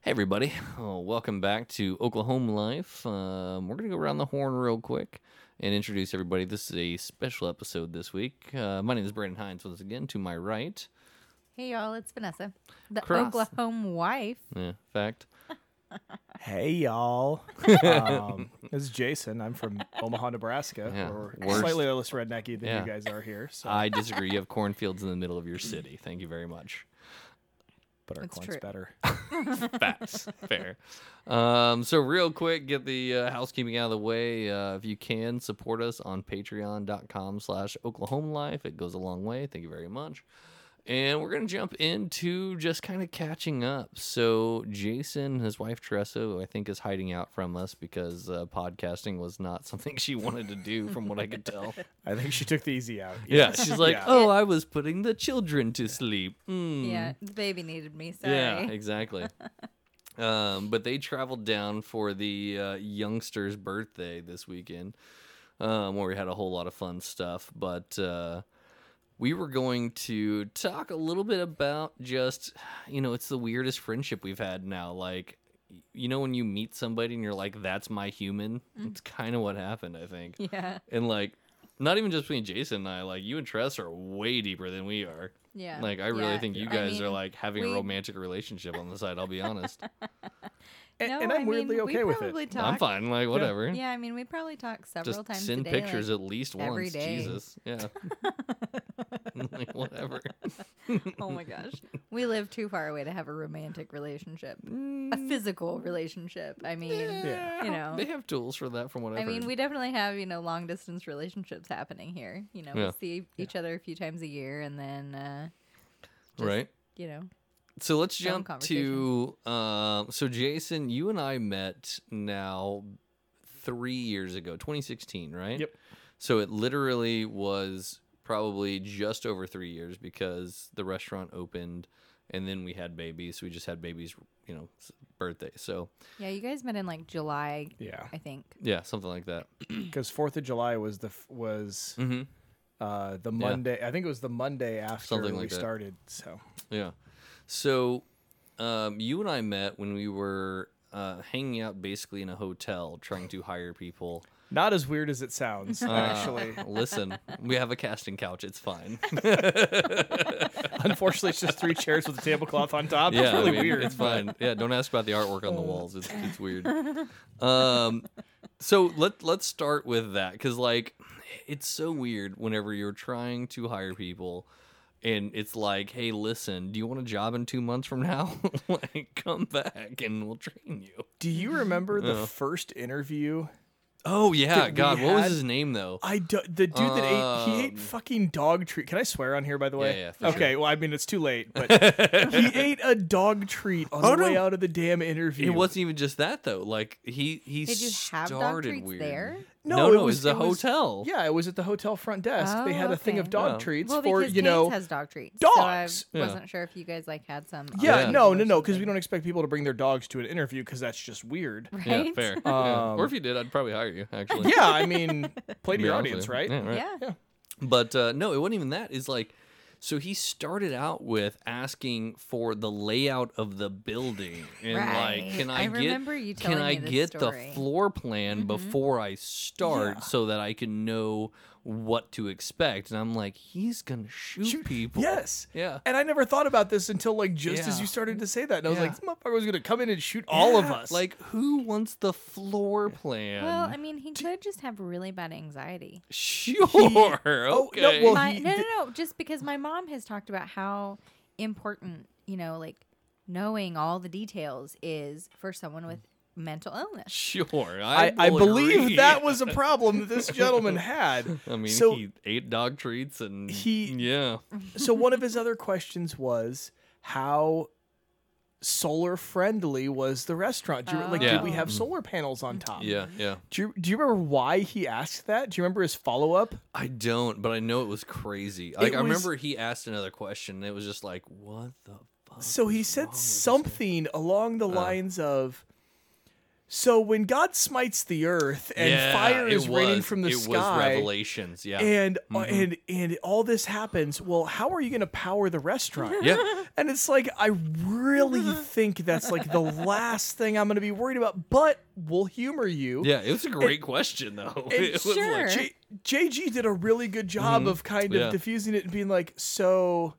Hey, everybody. Oh, welcome back to Oklahoma Life. Um, we're going to go around the horn real quick and introduce everybody. This is a special episode this week. Uh, my name is Brandon Hines, once again, to my right. Hey y'all, it's Vanessa, the Cross. Oklahoma wife. Yeah, fact. Hey y'all, um, this is Jason. I'm from Omaha, Nebraska. Yeah, We're worst. slightly less rednecky than Yeah. Uh, you guys are here, so I disagree. You have cornfields in the middle of your city. Thank you very much. but our That's corn's true. better. Facts. Fair. Um, so, real quick, get the uh, housekeeping out of the way. Uh, if you can, support us on patreon.com slash Oklahoma Life. It goes a long way. Thank you very much. And we're going to jump into just kind of catching up. So, Jason, his wife Teresa, who I think is hiding out from us because uh, podcasting was not something she wanted to do, from what I could tell. I think she took the easy out. Yeah. She's like, Yeah. oh, I was putting the children to sleep. Mm. Yeah, the baby needed me. Sorry. Yeah, exactly. um, but they traveled down for the uh, youngster's birthday this weekend, um, where we had a whole lot of fun stuff. But uh, we were going to talk a little bit about just, you know, it's the weirdest friendship we've had now. Like, y- you know, when you meet somebody and you're like, that's my human? It's kind of what happened, I think. Mm. Yeah, And like, not even just between Jason and I, like, you and Tress are way deeper than we are. yeah. Like I really yeah. think you I guys are mean, like having a we- romantic relationship on the side. I'll be honest, and, no, and I I'm weirdly mean, we okay with it. probably Talk, I'm fine. Like whatever. Yeah, I mean, we probably talk several Just times send a day, pictures at like, least every once. day. Jesus. Yeah. like whatever. oh my gosh, we live too far away to have a romantic relationship, a physical relationship. I mean, Mm. Yeah. you know, They have tools for that, from what I've I mean, heard. we definitely have you know long distance relationships happening here. You know, Yeah. we see each other a few times a year, and then uh, just- right. you know, So let's Some jump to um, so Jason, you and I met now three years ago, 2016, right? Yep. So it literally was probably just over three years because the restaurant opened, and then we had babies. We just had babies, you know, s- birthday. So yeah, you guys met in like July, Yeah, I think. yeah, something like that. because Fourth of July was the f- was Mm-hmm. uh, the Monday. I think it was the Monday after Something we like that. started. So Yeah. So um, you and I met when we were uh, hanging out basically in a hotel trying to hire people. not as weird as it sounds, Uh, actually. Listen, we have a casting couch. It's fine. Unfortunately, it's just three chairs with a tablecloth on top. yeah, it's really I mean, weird. It's but- fine. Yeah, don't ask about the artwork on the walls. It's it's weird. Um, so let let's start with that because like, it's so weird whenever you're trying to hire people. And it's like, hey, listen, do you want a job in two months from now? like, come back and we'll train you. Do you remember the Yeah. first interview Oh yeah, That we God, what was had- his name though? I do, the dude that ate he Um, ate fucking dog treat. Can I swear on here by the way? Yeah, yeah, for okay, well I mean it's too late, but he ate a dog treat on Oh, the way no. out of the damn interview. It wasn't even just that though. Like he he Did you have dog started treats weird. there? No, no, it was the hotel. Yeah, it was at the hotel front desk. they Oh, had a thing okay. of dog Yeah. treats well, for because you Cane's know. has dog treats. dogs. So I Yeah. wasn't sure if you guys like had some. on yeah, Yeah. the no, menu no, or no, because we something. don't expect people to bring their dogs to an interview because that's just weird. Yeah, Right? fair. Yeah. Um, Or if you did, I'd probably hire you. Actually, yeah, I mean, play to Be your honest with audience, you. right? Yeah, right. Yeah. But uh, no, it wasn't even that. It's like, so he started out with asking for the layout of the building, and Right. like, can I, I get? remember you can telling I me this get story. the floor plan before I start so that I can know what to expect? And I'm like, he's gonna shoot, people. Yes. Yeah. And I never thought about this until like just as Yeah. you started to say that, and I was Yeah. like, this motherfucker was gonna come in and shoot all of Yeah, us. Like, who wants the floor plan? Well, I mean, he could just have really bad anxiety. sure. no, okay. well, My, Oh, he- no, no, no. Just because my mom has talked about how important, you know, like knowing all the details is for someone with mental illness. sure. I, I, I will believe agree. that was a problem that this gentleman had. I mean, so he ate dog treats and He- yeah. so one of his other questions was how solar friendly was the restaurant? Do you, Like, Yeah. did we have solar panels on top? Oh. Yeah, yeah. Do you, do you remember why he asked that? Do you remember his follow up? I don't, but I know it was crazy. Like I was- remember he asked another question and it was just like, "What the fuck?" So he is wrong said with this guy? something along the lines of So when God smites the earth and Yeah, fire it is raining was- from the it was sky, revelations. Yeah. Mm-hmm. and uh, and and all this happens, well, how are you going to power the restaurant? yeah. And it's like I really think that's like the last thing I'm going to be worried about, but we'll humor you. Yeah, it was a great question though. It was like- Sure. J- JG did a really good job of kind of Mm-hmm. Yeah. diffusing it and being like, so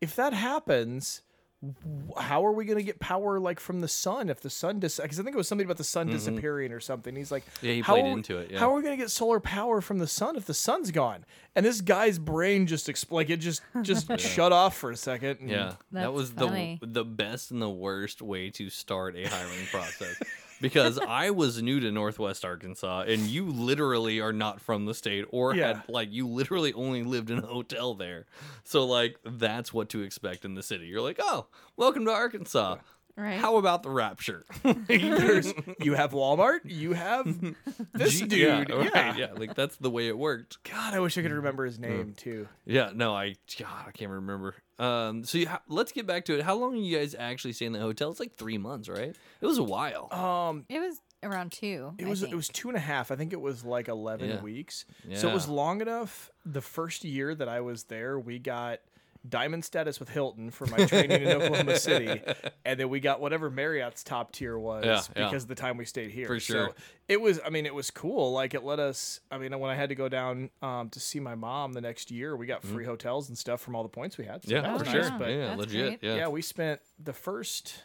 if that happens, w- how are we going to get power like from the sun if the sun dis? Because I think it was something about the sun disappearing or something. He's like, Mm-hmm. Yeah, he how played are we- into it, yeah. How are we going to get solar power from the sun if the sun's gone? And this guy's brain just expl- like it just just shut off for a second. and- Yeah, that That's was funny. the the best and the worst way to start a hiring process because I was new to Northwest Arkansas and you literally are not from the state or Yeah. had like you literally only lived in a hotel there. So like that's what to expect in the city. You're like, "Oh, welcome to Arkansas. Right. How about the rapture?" There's- you have Walmart. You have this dude. Yeah, right, yeah. yeah, like that's the way it worked. God, I wish I could remember his name too. Yeah, no, I God, I can't remember. Um, so you ha- let's get back to it. How long did you guys actually stay in the hotel? It's like three months, right? It was a while. Um, It was around two. It I was think. it was two and a half. I think it was like eleven Yeah. weeks. So it was Yeah. long enough. The first year that I was there, we got diamond status with Hilton for my training in Oklahoma City, and then we got whatever Marriott's top tier was Yeah, yeah. because of the time we stayed here. For So sure. it was. I mean, it was cool. Like it let us. I mean, when I had to go down um, to see my mom the next year, we got free hotels and stuff from all the points we had. So Mm-hmm. yeah, that Oh, for was sure. nice, wow. but yeah, That's legit. great. Yeah. yeah, we spent the first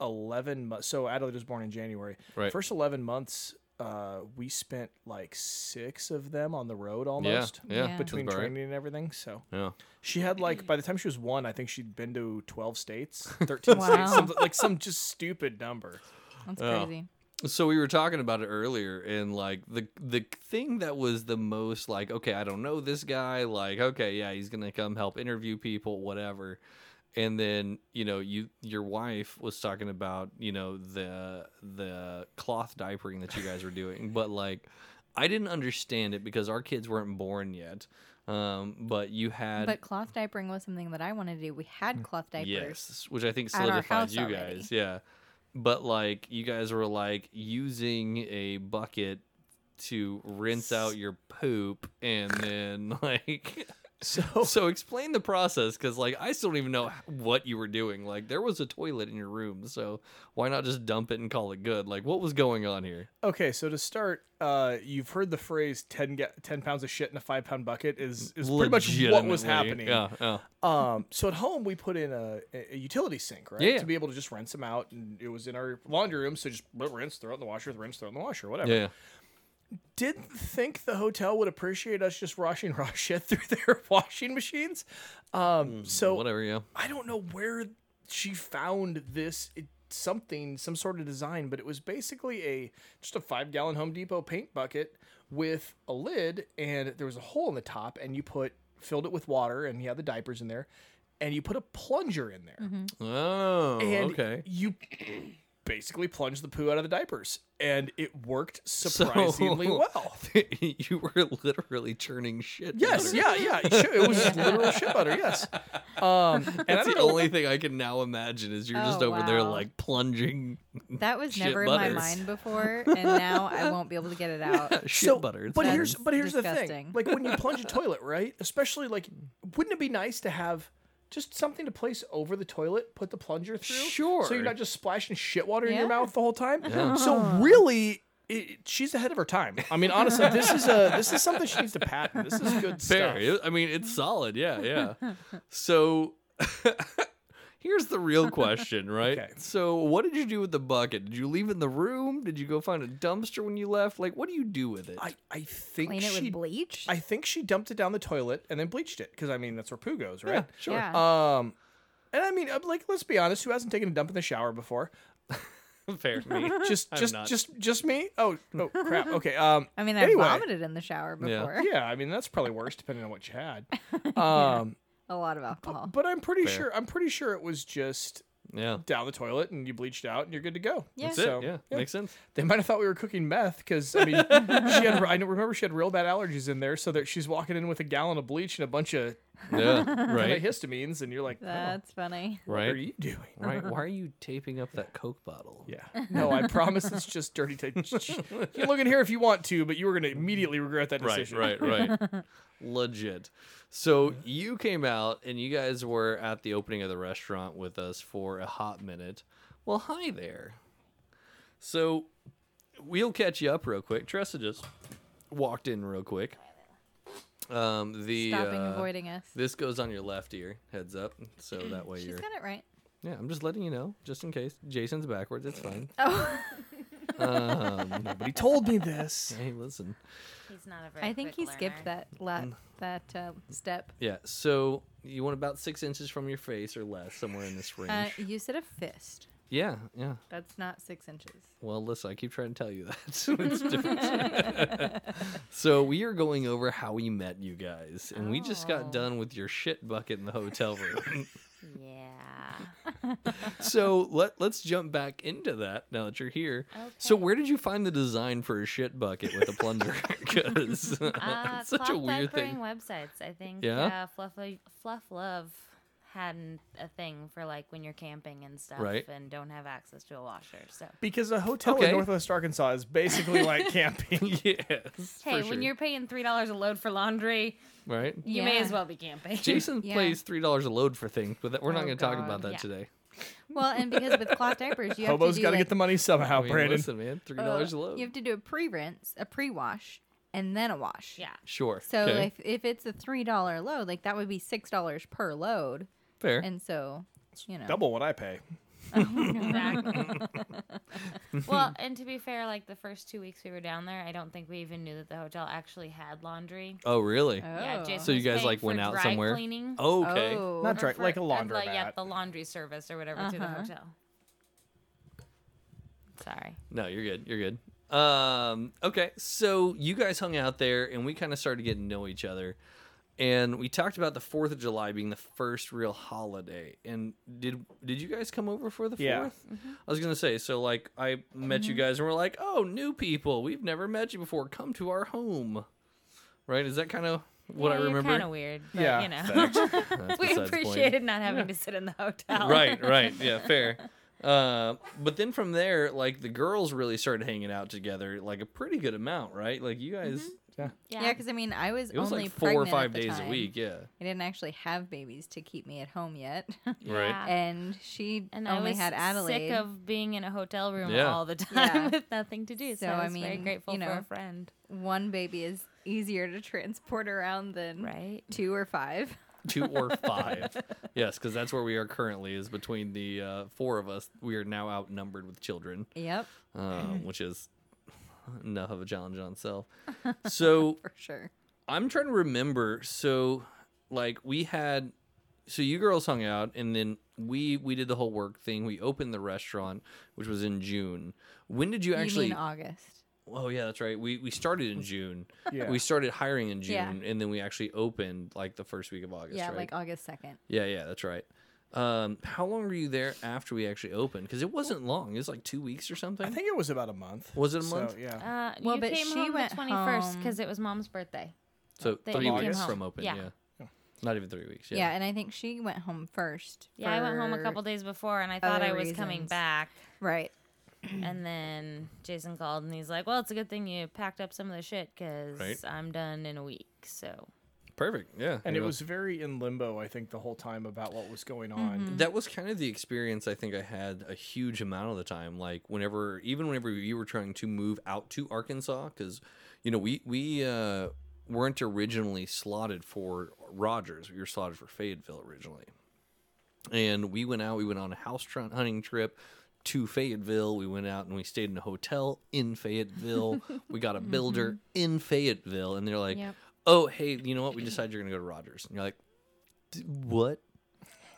11 months. So Adelaide was born in January. Right. First 11 months, uh, we spent like six of them on the road almost yeah, Yeah. between that's about right. training and everything. So yeah. she had like, by the time she was one, I think she'd been to 12 states, 13 Wow. states, some, like some just stupid number. That's Yeah. crazy. So we were talking about it earlier, and like the the thing that was the most like, okay, I don't know this guy. Like, okay, yeah, he's gonna come help interview people, whatever. And then you know, you your wife was talking about you know the the cloth diapering that you guys were doing, but like, I didn't understand it because our kids weren't born yet. Um, but you had But cloth diapering was something that I wanted to do. We Mm. had cloth diapers. Yes, which I think at our solidified house you already. guys. Yeah. But like you guys were like using a bucket to rinse out your poop and then like So so explain the process cuz like I still don't even know what you were doing. Like there was a toilet in your room, so why not just dump it and call it good? Like what was going on here? Okay, so to start, uh, you've heard the phrase 10, ga- 10 pounds of shit in a five pound bucket is, is pretty much what was Legitimately. happening. Yeah, oh, yeah. Um, so at home we put in a, a utility sink, right? Yeah. To be able to just rinse them out, and it was in our laundry room, so just rinse, throw it in the washer, rinse, throw it in the washer, whatever. Yeah. Didn't think the hotel would appreciate us just washing raw shit through their washing machines. Hmm, Um, so Whatever, yeah. I don't know where she found this it, something, some sort of design, but it was basically a just a five gallon Home Depot paint bucket with a lid, and there was a hole in the top, and you put filled it with water, and you had the diapers in there, and you put a plunger in there, Oh, and okay. you basically plunged the poo out of the diapers, and it worked surprisingly well. you were literally churning shit. Yes, butter. yeah, yeah, sure, it was literal shit butter. Yes, um, and I That's don't the know. only thing I can now imagine is you're just Oh, over there wow. like plunging That was Shit never in butters. my mind before, and now I won't be able to get it out. shit butter. It's But fine. here's but here's the thing. disgusting. Like when you plunge a toilet, right? Especially like wouldn't it be nice to have just something to place over the toilet, put the plunger through? So Sure. you're not just splashing shit water in your Yeah. mouth the whole time. So really it, she's ahead of her time. I mean, honestly, this is a this is something she needs to patent. This is fair. good stuff. It- I mean, it's solid. Yeah, yeah. so here's the real question, right? Okay. So what did you do with the bucket? Did you leave it in the room? Did you go find a dumpster when you left? Like, what do you do with it? I I think Clean it she with bleach. I think she dumped it down the toilet and then bleached it because I mean that's where poo goes, right? sure. Yeah. Um, and I mean, I'm like, let's be honest, who hasn't taken a dump in the shower before? fair. Me. just I'm just not. just just me oh oh crap okay um I mean, I anyway. vomited in the shower Yeah. before. yeah i mean that's probably worse depending on what you had um A lot of alcohol. but i'm pretty Fair. sure i'm pretty sure it was just Yeah. down the toilet and you bleached out and you're good to go Yeah. That's it. So, yeah. yeah. Makes sense. they might have thought we were cooking meth because i mean she had i know- remember she had real bad allergies in there so that she's walking in with a gallon of bleach and a bunch of Yeah. Right. Antihistamines, and you're like, oh, That's funny. what are Right. you doing? Right. Why are you taping up that Coke bottle? Yeah. No, I promise it's just dirty tape. You can look in here if you want to, but you were going to immediately regret that Right, decision. right, right. Legit. So you came out and you guys were at the opening of the restaurant with us for a hot minute. Well, hi there. So we'll catch you up real quick. Tressa just walked in real quick. Um, the Stopping uh, avoiding us. this goes on your left ear. Heads up, so that way She's you're. got it right. Yeah, I'm just letting you know, just in case. Jason's backwards. It's fine. Oh, Um, But he told me this. hey, listen. He's not a very. I think he quick skipped learner. that la- Mm. that uh, step. Yeah, so you want about six inches from your face or less, somewhere in this range. Uh, you said a fist. yeah, yeah. That's not six inches. Well, listen, I keep trying to tell you that. it's different. so we are going over how we met you guys, and we just got Oh. done with your shit bucket in the hotel room. Yeah. so let let's jump back into that now that you're here. So Okay. where did you find the design for a shit bucket with a plunger? Because Uh, it's such a cloth weird diapering thing. Websites, I think. Yeah? Uh, Fluff, Lo- Fluff Love had an- a thing for like when you're camping and stuff, Right. and don't have access to a washer. So Because a hotel Okay. in Northwest Arkansas is basically like camping. yes. hey, for when sure. you're paying three dollars a load for laundry, right. you may Yeah. as well be camping. Jason Yeah. plays three dollars a load for things, but that, we're not Oh, going to talk about God. that Yeah. today. Well, and because with cloth diapers, you have Hobo's to do got to like, get the money somehow, I mean, Oh, Brandon. listen, man, three uh, dollars a load. You have to do a pre-rinse, a pre-wash, and then a wash. yeah. Sure. So okay. if if it's a three dollar load, like that would be six dollars per load, fair. and so you know. Double what I pay. Exactly. well, and to be fair, like the first two weeks we were down there, I don't think we even knew that the hotel actually had laundry. oh, really? Yeah, Oh. Jason So you was guys, paying like, for went out dry somewhere? Cleaning. Okay. Oh. Not dry, for- like a uh, laundromat. yeah, the laundry service or whatever through the Uh-huh. hotel. Sorry. No, you're good. You're good. Um, okay. So you guys hung out there, and we kind of started getting to know each other, and we talked about the Fourth of July being the first real holiday. And did did you guys come over for the Fourth? Yeah. I was gonna say. So like, I met you guys, and we're like, oh, new people. We've never met you before. Come to our home. Right? Is that kind of what I remember? Kind of weird. But, Yeah, You know. facts. That's we besides the point. appreciated not having to sit in the Oh. hotel. right, right. Yeah, fair. Uh, but then from there, like the girls really started hanging out together, like a pretty good amount, right? Like you guys, Yeah. Yeah, because I mean, I was, it was Mm-hmm. only like four or pregnant at five the days time. a week. Yeah, I didn't actually have babies to keep me at home yet, right. Yeah. and she and I only was had Adelaide. sick of being in a hotel room Yeah. all the time Yeah. with nothing to do. So, So, I I was very mean, grateful you for a know. friend. One baby is easier to transport around than Right. two or five. Two or five. yes, because that's where we are currently. Is between the uh, four of us, we are now outnumbered with children, Yep, um, which is enough of a challenge on itself. So for sure. I'm trying to remember. So, like, we had, so you girls hung out, and then we we did the whole work thing. We opened the restaurant, which was in June. When did you actually? you mean uh, August? oh yeah, that's right. We we started in June. Yeah. We started hiring in June, Yeah. and then we actually opened like the first week of August. yeah, right? like uh August second. yeah, yeah, that's right. Um, how long were you there after we actually opened? Because it wasn't long. It was like two weeks or something. I think it was about a month. was it a So, month? Ah. yeah. Uh, Well, you but came she home went the 21st home- because it was mom's birthday. so They three came weeks home. from open. Yeah. Yeah. not even three weeks. Yeah. and I think she went home first. Yeah, I went home a for- couple days before and I thought I other was coming reasons. back. Right. And then Jason called and he's like, "Well, it's a good thing you packed up some of the shit because Right. I'm done in a week." So perfect. Yeah, and You it know. was very in limbo, I think, the whole time about what was going on. that was kind of the experience I think I had a huge amount of the time. Like whenever, even whenever you were trying to move out to Arkansas, because you know we we uh, weren't originally slotted for Rogers. We were slotted for Fayetteville originally, and we went out. We went on a house tr- hunting trip to Fayetteville. We went out and we stayed in a hotel in Fayetteville. we got a builder in Fayetteville, and they're like, Yep. "Oh, hey, you know what? We decided you're gonna go to Rogers." And you're like, "D- "What?"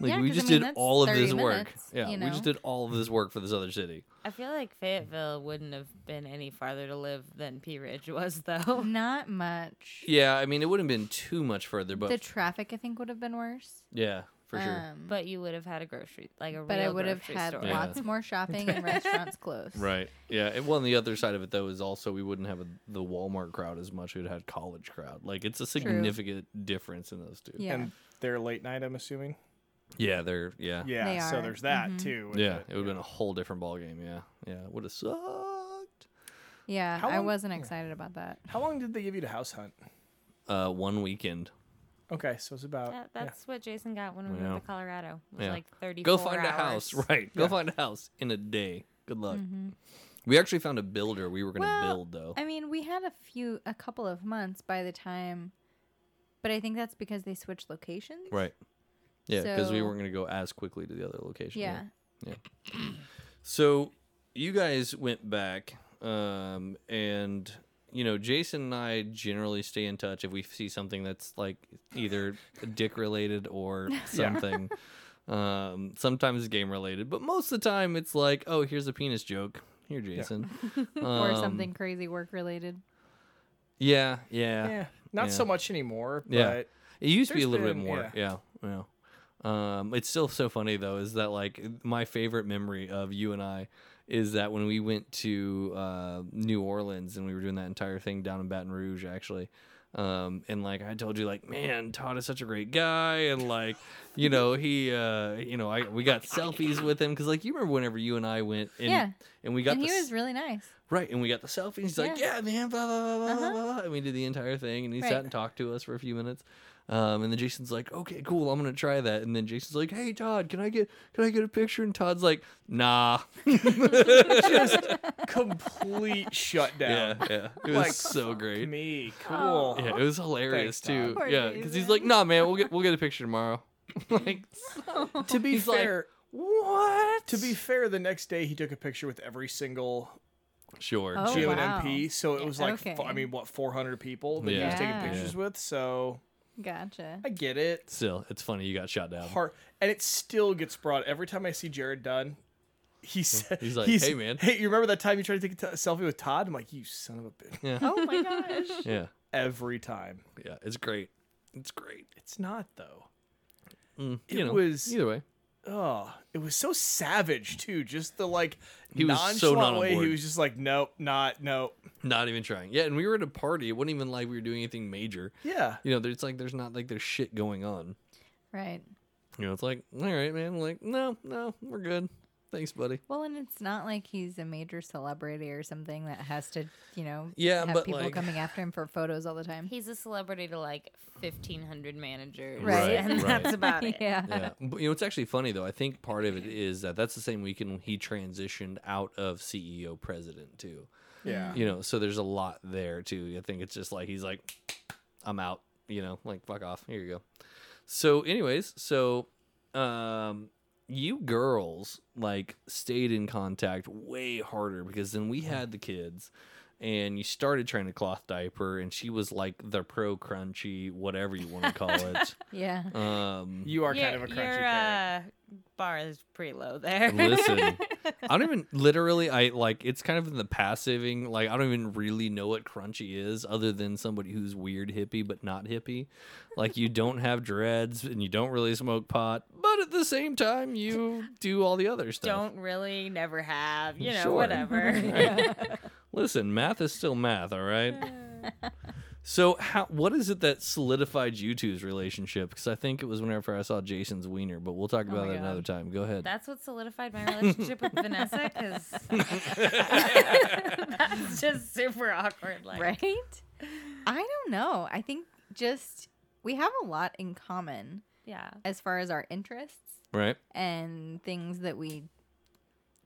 Like Yeah, we 'cause, I just mean, did that's all of 30 this work. minutes, yeah, you we just know? did all of this work for this other city. I feel like Fayetteville wouldn't have been any farther to live than Pea Ridge was, Mm-hmm. though. Not much. Yeah, I mean it wouldn't have been too much further, but The traffic, I think, would have been worse. yeah, for sure. Um, But you would have had a grocery, like a but real I would have grocery had store. Yeah. lots more shopping and restaurants closed. Right. Yeah. And well, and the other side of it though is also we wouldn't have a, the Walmart crowd as much. We'd had college crowd. Like it's a significant difference in those two. Yeah. And there late night. I'm assuming. Yeah, they're yeah. Mm-hmm. Yeah. They So are. there's that too. with Yeah, it. it would have been a whole different ballgame. Yeah, yeah, would have sucked. Yeah, How I long- wasn't excited about that. How long did they give you to house hunt? Uh, one weekend. Okay, so it's about That, that's what Jason got when we Yeah. moved to Colorado. It was Yeah. like 30 Go find a house, right? Go find a house in a day. Good luck. We actually found a builder. We were gonna Mm-hmm. Well, build though. I mean, we had a few, a couple of months by the time, but I think that's because they switched locations. right. Yeah, because we So- weren't gonna go as quickly to the other location. Yeah. So you guys went back, um, and you know Jason and I generally stay in touch if we see something that's like either dick related or something. Um, sometimes game related, but most of the time it's like, oh, here's a penis joke. Here, Jason. Or Um, something crazy work related. Yeah, yeah. yeah. Not so Yeah. much anymore. But Yeah. It used to be a There's little been- bit more. Yeah. yeah. Um, it's still so funny though, is that like my favorite memory of you and I is that when we went to uh, New Orleans and we were doing that entire thing down in Baton Rouge, actually. Um, and like I told you, like, man, Todd is such a great guy, and like, you know, he, uh, you know, I we got selfies with him because like you remember whenever you and I went, and, Yeah. and we got And the he s- was really nice. Right, and we got the selfie. and He's like, Yeah. "Yeah, man, blah blah blah blah blah Uh-huh. blah," and we did the entire thing. And he Right. sat and talked to us for a few minutes. Um, and then Jason's like, "Okay, cool, I'm gonna try that." And then Jason's like, "Hey, Todd, can I get can I get a picture?" And Todd's like, "Nah." complete shutdown. Yeah, yeah, it was Like, so great. Me, Oh. cool. Yeah, it was hilarious Thanks, too. Todd. Poor Yeah, because he's Jason. like, "Nah, man, we'll get we'll get a picture tomorrow." like, To be He's like, fair, what? to be fair, the next day he took a picture with every single sure, Oh, sure. GM wow. and MP. So it Yeah, was like, okay. fu- I mean, what, 400 people that he was taking Yeah. pictures with? So Gotcha. I get it. Still, it's funny you got shot down. Heart, and it still gets brought. Every time I see Jared Dunn, he said, Hmm. He's like, "Hey, man." Hey, you remember that time you tried to take a t- selfie with Todd? I'm like, you son of a bitch. Yeah, Oh my gosh. yeah, Every time. yeah. It's great. It's great. It's not, though. Mm, It you know, was- either way. Oh, it was so savage, too. Just the like He was so nonchalant not on way board. he was just like, nope, not, nope. Not even trying. Yeah, and we were at a party. It wasn't even like we were doing anything major. Yeah. You know, there's like there's not like there's shit going on. Right. You know, it's like, all right, man. Like, no, no, we're good. Thanks, buddy. Well, and it's not like he's a major celebrity or something that has to, you know, Yeah, have but, people like- coming after him for photos all the time. He's a celebrity to like 1,500 managers. Right. And Right. that's about it. yeah. Yeah. but you know, it's actually funny though. I think part of it is that that's the same weekend he transitioned out of CEO president too. Yeah. You know, so there's a lot there too. I think it's just like he's like, I'm out. You know, like fuck off. Here you go. So, anyways, so um, you girls like stayed in contact way harder because then we had the kids, and you started trying to cloth diaper, and she was like the pro crunchy, whatever you want to call it. Yeah. Um, You are Your, kind of a crunchy your parent. uh, bar is pretty low there. Listen, I don't even literally. I like it's kind of in the passiving. Like I don't even really know what crunchy is, other than somebody who's weird hippie but not hippie. Like you don't have dreads and you don't really smoke pot, but at the same time you do all the other stuff. Don't really, never have, you know, Sure. whatever. Listen, math is still math. All right. So how what is it that solidified you two's relationship? Because I think it was whenever I saw Jason's wiener, but we'll Oh talk about my that God. another time. Go ahead. That's what solidified my relationship with Vanessa because that's just super awkward. Like, Right? I don't know. I think just we have a lot in common yeah. as far as our interests right. and things that we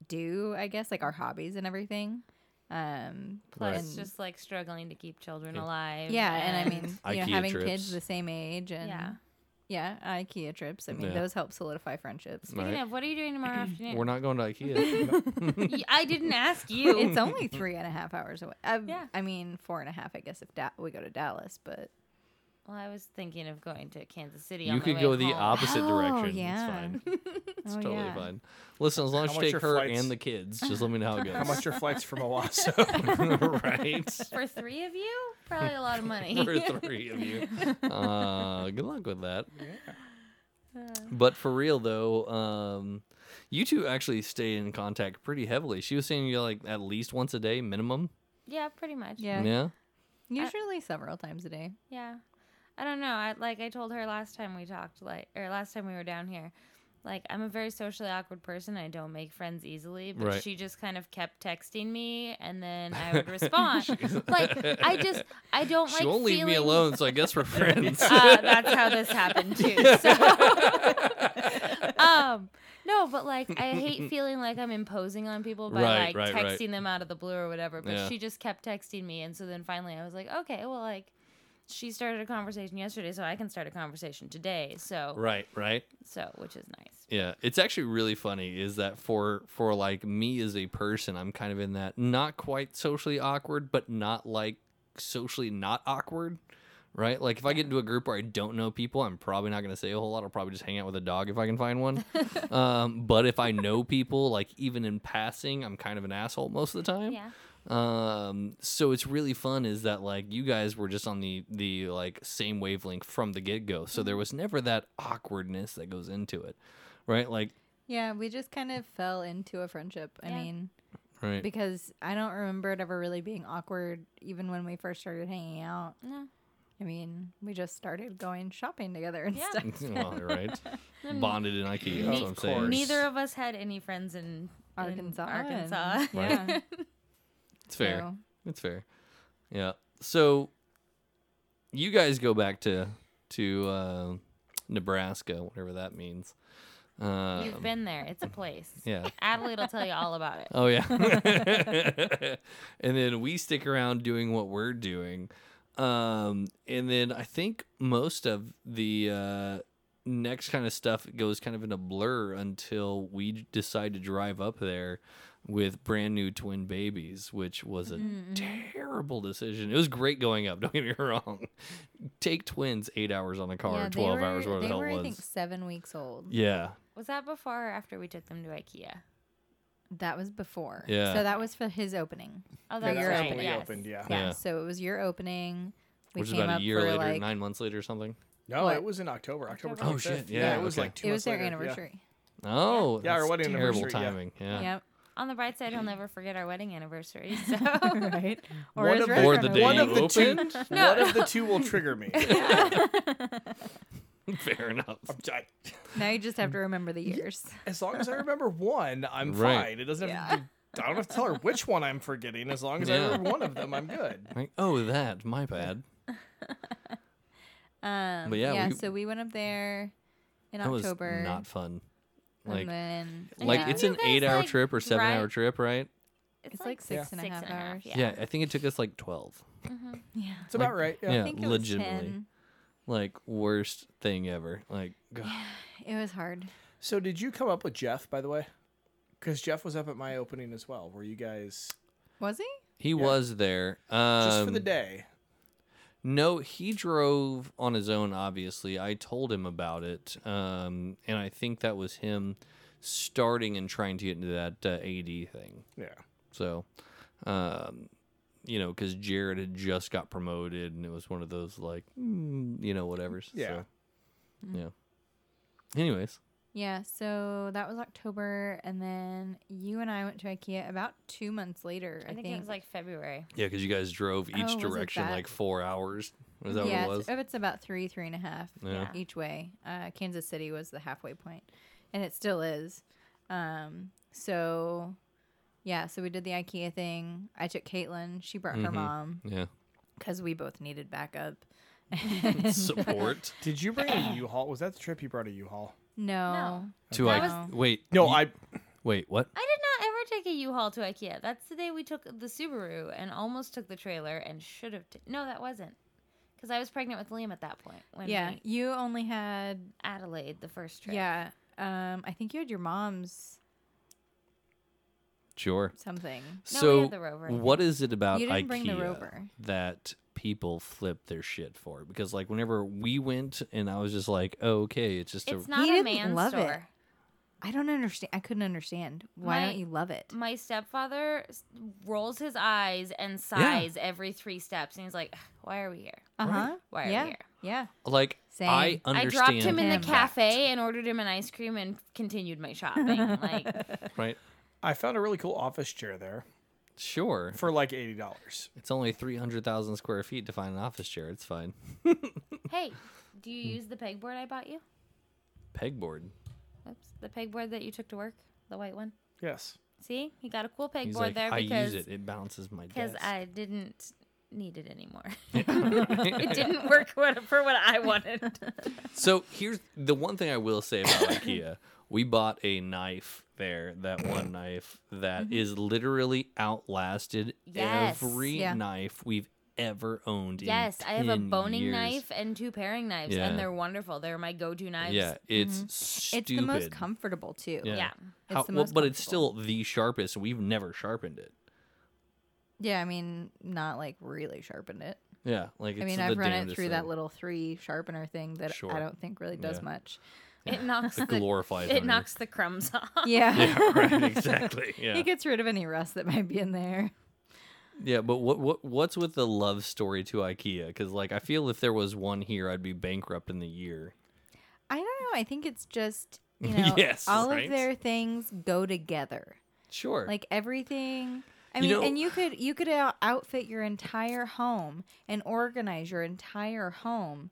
do, I guess, like our hobbies and everything. Um, Right. Plus, and- just like struggling to keep children Yeah. alive. yeah, and I mean, you IKEA know, having trips. kids the same age and Yeah. yeah, IKEA trips. I mean, Yeah. those help solidify friendships. Right. Speaking of, what are you doing tomorrow afternoon? We're not going to IKEA. Y- I didn't ask you. It's only three and a half hours away. I, Yeah. I mean, four and a half, I guess, if da- we go to Dallas, but well, I was thinking of going to Kansas City. on you my could way go the home. opposite Oh, direction. It's yeah. fine. It's Oh, totally yeah. fine. Listen, as long as How you much take are her flights? and the kids, just let me know how it How goes. much are flights from Owasso? right? For three of you, probably a lot of money. For three of you. Uh, good luck with that. But for real though, um, you two actually stay in contact pretty heavily. She was saying you like at least once a day minimum. yeah, pretty much. yeah, Yeah. usually several times a day. Yeah. I don't know. I like I told her last time we talked, like or last time we were down here. Like I'm a very socially awkward person. I don't make friends easily, but Right. she just kind of kept texting me, and then I would respond. like I just I don't like. she won't leave me feeling- alone, so I guess we're friends. Uh, that's how this happened too. So. um, no, but like I hate feeling like I'm imposing on people by Right, like right, right. texting them out of the blue or whatever. But Yeah. she just kept texting me, and so then finally I was like, okay, well, like she started a conversation yesterday, so I can start a conversation today. So right, right. so which is nice. Yeah, it's actually really funny is that for for like me as a person, I'm kind of in that not quite socially awkward, but not like socially not awkward, right? Like if I get into a group where I don't know people, I'm probably not going to say a whole lot. I'll probably just hang out with a dog if I can find one. um, but if I know people, like even in passing, I'm kind of an asshole most of the time Yeah. um so it's really fun is that like you guys were just on the the like same wavelength from the get-go so there was never that awkwardness that goes into it right like Yeah, we just kind of fell into a friendship. I Yeah. mean, right because I don't remember it ever really being awkward, even when we first started hanging out. No. I mean, we just started going shopping together and Yeah. stuff. well, right Mm. bonded in ikea that's Ne- what i'm Of saying course. Neither of us had any friends in in Arkansas. Arkansas. Right. Yeah. it's fair So, it's fair yeah so you guys go back to to uh nebraska whatever that means uh You've been there. It's a place. yeah Adelaide will tell you all about it. Oh yeah. and then we stick around doing what we're doing. Um and then I think most of the uh next kind of stuff goes kind of in a blur until we d- decide to drive up there with brand new twin babies, which was a Mm-hmm. terrible decision. It was great going up, don't get me wrong. Take twins 8 hours on a car, yeah, they 12 were- hours whatever They the hell were, it was. I think, seven weeks old. yeah. Was that before or after we took them to IKEA? That was before. Yeah. So that was for his opening. Oh, For that's your right. opening. yes. Opened, yeah. Yeah. So it was your opening. We Which is came about up a year for later, like 9 months later or something. No, What? it was in October. October. October. Oh, shit, 25th. yeah, it was okay. like two it was months their later, yeah. anniversary. Oh, Yeah, our that's wedding terrible anniversary, yeah. timing. Yeah. Yep. On the bright side, he'll never forget our wedding anniversary. So right. Or One his of the- restaurant Or the day one you of the two, opened? one of the two will trigger me. Fair enough. I- Now you just have to remember the years. as long as I remember one, I'm Right. fine. It doesn't have to, I don't have to tell her which one I'm forgetting. As long as Yeah. I remember one of them, I'm good. Like, oh, that. My bad. Um, But yeah, yeah, we- so we went up there in That was October. not fun. and Like, then like Yeah. it's You an guys, eight-hour like, trip or seven-hour drive- trip, right? It's like six and a half hours. Yeah. I think it took us like twelve. yeah, It's about right. Yeah. yeah. I think it was legitimately. 10. Like worst thing ever. Like, God. It was hard. So did you come up with Jeff, by the way? Because Jeff was up at my opening as well. Were you guys Was he? he was there. Um, just for the day? No, he drove on his own, obviously. I told him about it. Um, and I think that was him starting and trying to get into that uh, AD thing. Yeah. So, um, you know, because Jared had just got promoted, and it was one of those like, mm, you know, whatever's. Yeah. So, yeah. Anyways, Yeah, so that was October, and then you and I went to IKEA about two months later. I, I think it was like February. yeah, because you guys drove each Oh, was it direction that? like four hours. Is that yeah, what it was? It's, if it's about three, three and a half Yeah. each way. Uh, Kansas City was the halfway point, and it still is. Um, so, yeah, so we did the IKEA thing. I took Caitlin. She brought her Mhm. mom Yeah. because we both needed backup. Support Did you bring a U-Haul? Was that the trip you brought a U-Haul? No. No. to That like was- wait No, you- I wait what I did not ever take a U-Haul to IKEA. That's the day we took the Subaru and almost took the trailer and should have. T- no, that wasn't. Because I was pregnant with Liam at that point. When Yeah, we- you only had Adelaide the first trip. yeah. Um, I think you had your mom's sure. something. No, we so had the Rover, I what is it about You IKEA didn't bring the Rover. that people flip their shit for? Because like whenever we went, and I was just like, oh, okay, it's just It's a not He a didn't man love it. store. I don't understand. I couldn't understand. Why My- don't you love it? my stepfather s- rolls his eyes and sighs every three steps, and he's like, "Ugh, "Why are we here? Uh huh. Why are yeah. we here?" Yeah. like Same. I I understand. dropped him in the Him. cafe and ordered him an ice cream and continued my shopping. like, right? I found a really cool office chair there Sure. for like eighty dollars. It's only 300,000 square feet to find an office chair. It's fine. hey, do you use the pegboard I bought you? Pegboard. Oops, the pegboard that you took to work, the white one. Yes. See, he got a cool pegboard He's like, there I because use it. It balances my because desk. I didn't need it anymore. it didn't work what, for what I wanted. So here's the one thing I will say about IKEA. We bought a knife there, that one knife Mm-hmm. that is literally outlasted Yes. every Yeah. knife we've ever owned. in yes, I have a 10 boning years. knife and two paring knives, Yeah. and they're wonderful. They're my go-to knives. Yeah, it's mm-hmm. It's stupid. the most comfortable too. Yeah. Yeah. It's How- the well, most but it's comfortable. still the sharpest. and We've never sharpened it. Yeah, I mean, not like really sharpened it. Yeah, like it's I mean, the I've run it damnedest through thing. that little three sharpener thing that Sure. I don't think really does Yeah. much. It knocks It the glorifies. it under. knocks the crumbs off. Yeah. Yeah, right. Exactly. Yeah. It gets rid of any rust that might be in there. Yeah, but what what what's with the love story to IKEA? Because like I feel if there was one here, I'd be bankrupt in the year. I don't know. I think it's just you know Yes, all right? of their things go together. Sure. Like everything. I You mean, know- and you could you could out- outfit your entire home and organize your entire home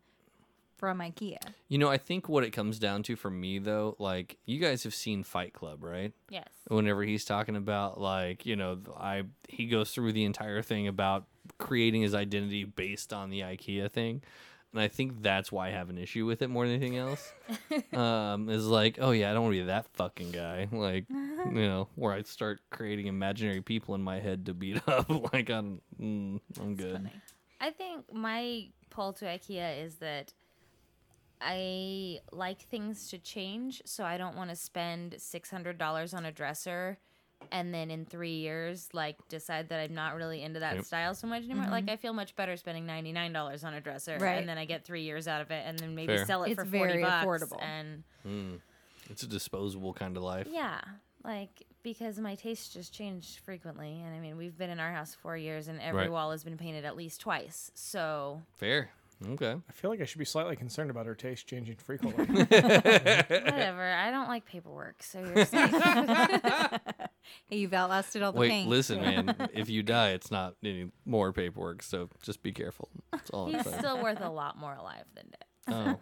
from IKEA. you know, I think what it comes down to for me though, like you guys have seen Fight Club, right? Yes. Whenever he's talking about like you know, I he goes through the entire thing about creating his identity based on the IKEA thing. And I think that's why I have an issue with it more than anything else. um, is like, oh yeah, I don't want to be that fucking guy. Like, you know, where I start creating imaginary people in my head to beat up. like, I'm, mm, I'm good. I think my pull to IKEA is that I like things to change, so I don't want to spend six hundred dollars on a dresser and then in three years like decide that I'm not really into that Yep. style so much anymore. Like I feel much better spending ninety nine dollars on a dresser Right. and then I get three years out of it and then maybe Fair. sell it It's for forty very bucks. affordable. And It's a disposable kind of life. yeah. Like because my tastes just change frequently and I mean we've been in our house four years and every Right. wall has been painted at least twice. So Fair. Okay. I feel like I should be slightly concerned about her taste changing frequently. Whatever. I don't like paperwork, so you're safe. Hey, you've outlasted all the Wait, paint. listen, man. if you die, it's not any more paperwork. So just be careful. That's all I'm He's saying. still worth a lot more alive than dead. Oh,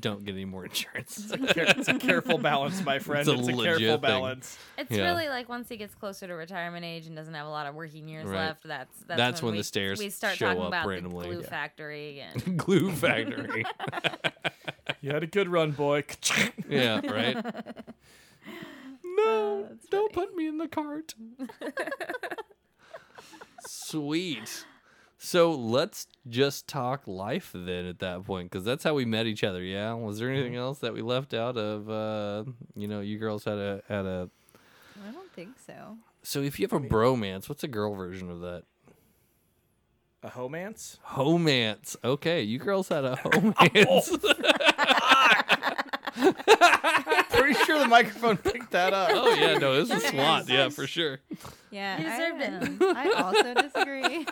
don't get any more insurance. it's a careful balance, my friend. It's a It's a legit careful thing. balance. It's Yeah. really like once he gets closer to retirement age and doesn't have a lot of working years Right. left, that's that's, That's when we, the stairs we start show talking up about randomly. the glue Yeah. factory and Glue factory. You had a good run, boy. yeah, right? Oh, No, that's don't put me in the cart. Sweet. So let's just talk life then at that point, because that's how we met each other. Yeah. Was there anything else that we left out of? Uh, you know, you girls had a had a. I don't think so. So if you have a bromance, what's a girl version of that? A homance? Homance. Okay, you girls had a homance. Pretty sure the microphone picked that up. oh yeah, no, this is SWAT. Yeah, for sure. Yeah, You deserved I, it. um, I also disagree.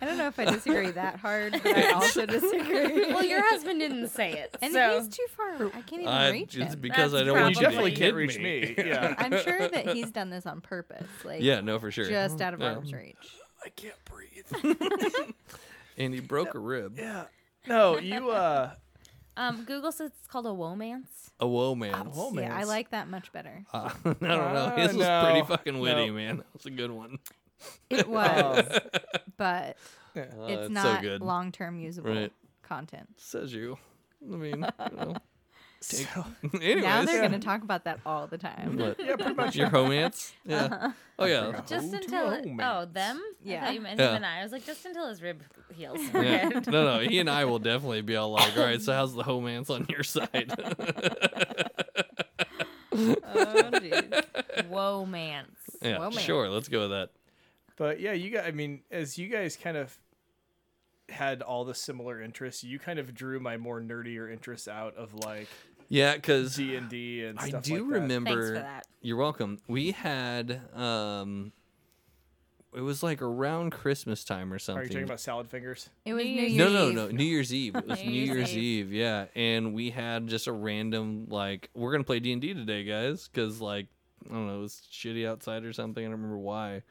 I don't know if I disagree that hard, but I also disagree. Well, your husband didn't say it. And so he's too far. I can't even I- reach Uh, it's him. because That's I don't want You you probably- to definitely hit can't reach me. Yeah. I'm sure that he's done this on purpose. Like, Yeah, no, for sure. just out of Yeah. arm's reach. I can't breathe. And he broke a rib. Yeah. No, you uh um Google says it's called a womance. A womance. womance. Yeah, I like that much better. Uh, I don't know. Ah, This was no. pretty fucking witty, No. man. That was a good one. It Oh. um, was, but Uh, it's not so good. long term usable Right. content. Says you. I mean, you know. Take- so- Anyways, now they're yeah. going to talk about that all the time. What? Yeah, pretty much. your romance? Yeah. Oh yeah. Just to until oh womance. them I Yeah. thought you meant Yeah. him and I. I was like just until his rib heals. Yeah. Okay. No, no. He and I will definitely be all like, all right. So how's the homance on your side? Oh, jeez. Womance. yeah. Womance. Sure. Let's go with that. But yeah, you got I mean, as you guys kind of had all the similar interests, you kind of drew my more nerdier interests out of like Yeah, because D and D and I stuff do like that. remember. that. You're welcome. We had um, it was like around Christmas time or something. Are you talking about salad fingers? It was New New Year's Year's no, no, Eve. no. New Year's Eve. It was New, New Year's Year's Eve. Yeah, and we had just a random like, we're gonna play D and D today, guys, because like I don't know, it was shitty outside or something. I don't remember why.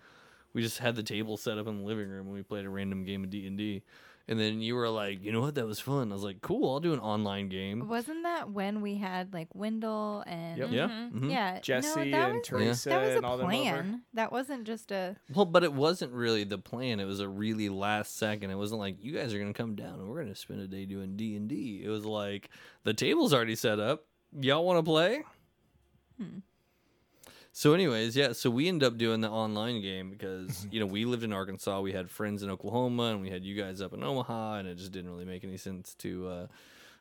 We just had the table set up in the living room and we played a random game of D and D, And then you were like, you know what, that was fun. I was like, cool, I'll do an online game. Wasn't that when we had like Wendell and Yep. Yeah. Mhm. mhm. yeah, Mm-hmm. Jesse no, that and was, Teresa that was a and all them over. plan. That wasn't just a Well, but it wasn't really the plan. It was a really last second. It wasn't like you guys are gonna come down and we're gonna spend a day doing D and D. It was like the table's already set up. Y'all want to play? Hmm. So, anyways, yeah. So we ended up doing the online game because you know we lived in Arkansas. We had friends in Oklahoma, and we had you guys up in Omaha, and it just didn't really make any sense to. Uh,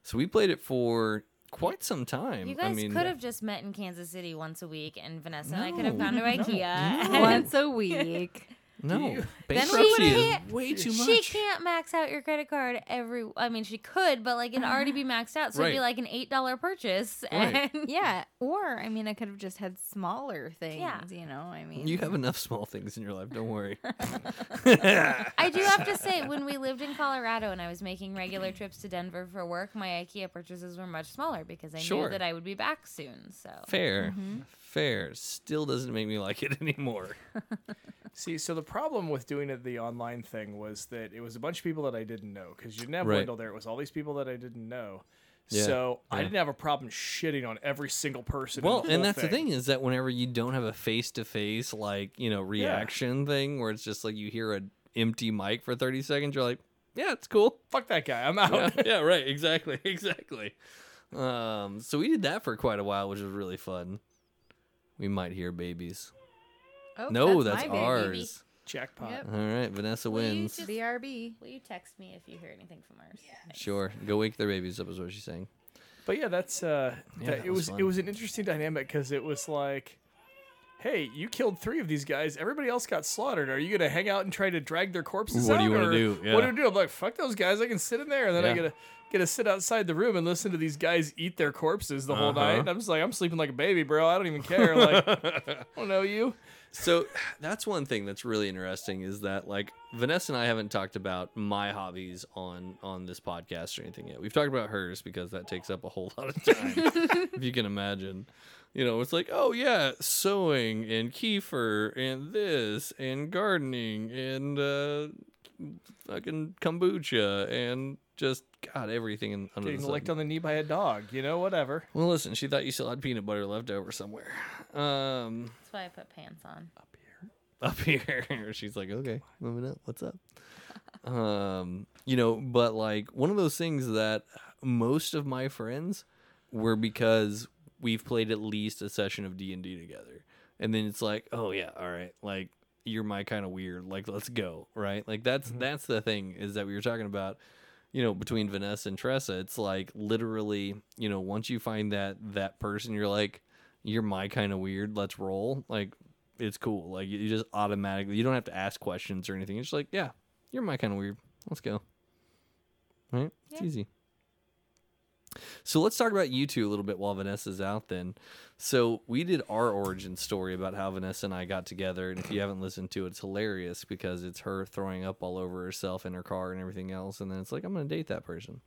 so we played it for quite some time. You guys I mean, could have just met in Kansas City once a week, and Vanessa and I could have No, gone to IKEA. no. and once a week. no Then we bankruptcy can't- is way too much. She can't max out your credit card every. I mean, she could, but like it'd already be maxed out, so it'd be Right. like an eight dollar purchase. Right. And Yeah, or I mean, I could have just had smaller things. Yeah. You know, I mean, You have enough small things in your life. Don't worry. I do have to say, when we lived in Colorado and I was making regular trips to Denver for work, my IKEA purchases were much smaller because I Sure. knew that I would be back soon. So Fair. Fair. Still doesn't make me like it anymore. See, so the problem with doing it the online thing was that it was a bunch of people that I didn't know because you didn't have Right. Wendell there. It was all these people that I didn't know. Yeah, So I yeah. didn't have a problem shitting on every single person. in Well, the whole and that's the thing is that whenever you don't have a face to face, like, you know, reaction thing where it's just like you hear an empty mic for 30 seconds, you're like, yeah, it's cool. Fuck that guy. I'm out. Yeah, Oh, yeah, right. Exactly. Exactly. Um, so we did that for quite a while, which was really fun. We might hear babies. oh, no, that's, that's, my baby. ours. Jackpot. Yep. All right. Vanessa Will you wins. just- BRB. will you text me if you hear anything from ours? Thanks. Sure. Go wake their babies up, is what she's saying. But yeah, that's uh, Yeah, that, that it was was, fun. it was an interesting dynamic because it was like, hey, you killed three of these guys. Everybody else got slaughtered. Are you gonna hang out and try to drag their corpses? What do out, you wanna or do? What do Yeah. you do? I'm like, fuck those guys. I can sit in there, and then I Yeah. gotta gotta sit outside the room and listen to these guys eat their corpses the whole Uh-huh. night. And I'm just like, I'm sleeping like a baby, bro. I don't even care. Like, I don't know you. So that's one thing that's really interesting is that like Vanessa and I haven't talked about my hobbies on on this podcast or anything yet. We've talked about hers because that takes up a whole lot of time, if you can imagine. You know, it's like, oh yeah, sewing and kefir and this and gardening and uh, fucking kombucha and just God everything in, under Getting the licked sun. on the knee by a dog. You know, whatever. Well, listen, she thought you still had peanut butter left over somewhere. Um, That's why I put pants on. up here. She's like, okay, moving up. What's up? Um, you know, but like one of those things that most of my friends were because we've played at least a session of D and D together, and then it's like, oh yeah, all right, like you're my kind of weird. Like let's go, right? Like that's that's the thing is that we were talking about. You know, between Vanessa and Tressa, it's like literally, you know, once you find that that person, you're like, you're my kind of weird. Let's roll. Like it's cool. Like you you just automatically, you don't have to ask questions or anything. It's just like, yeah, you're my kind of weird. Let's go. Right? It's easy. So let's talk about you two a little bit while Vanessa's out then. So we did our origin story about how Vanessa and I got together. And if you haven't listened to it, it's hilarious because it's her throwing up all over herself in her car and everything else. And then it's like, I'm going to date that person.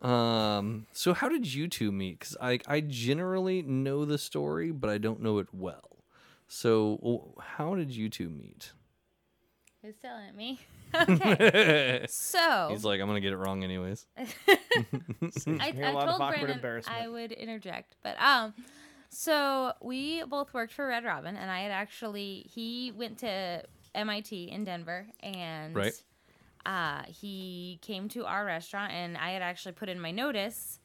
Um, so how did you two meet? Because I, I generally know the story, but I don't know it well. So, w- how did you two meet? Who's telling it me? Okay, so He's like, I'm gonna get it wrong anyways. I, Hear a I lot of told awkward Brandon embarrassment. I would interject, but um, so we both worked for Red Robin, and I had actually he went to MIT in Denver, and Right. uh, he came to our restaurant, and I had actually put in my notice.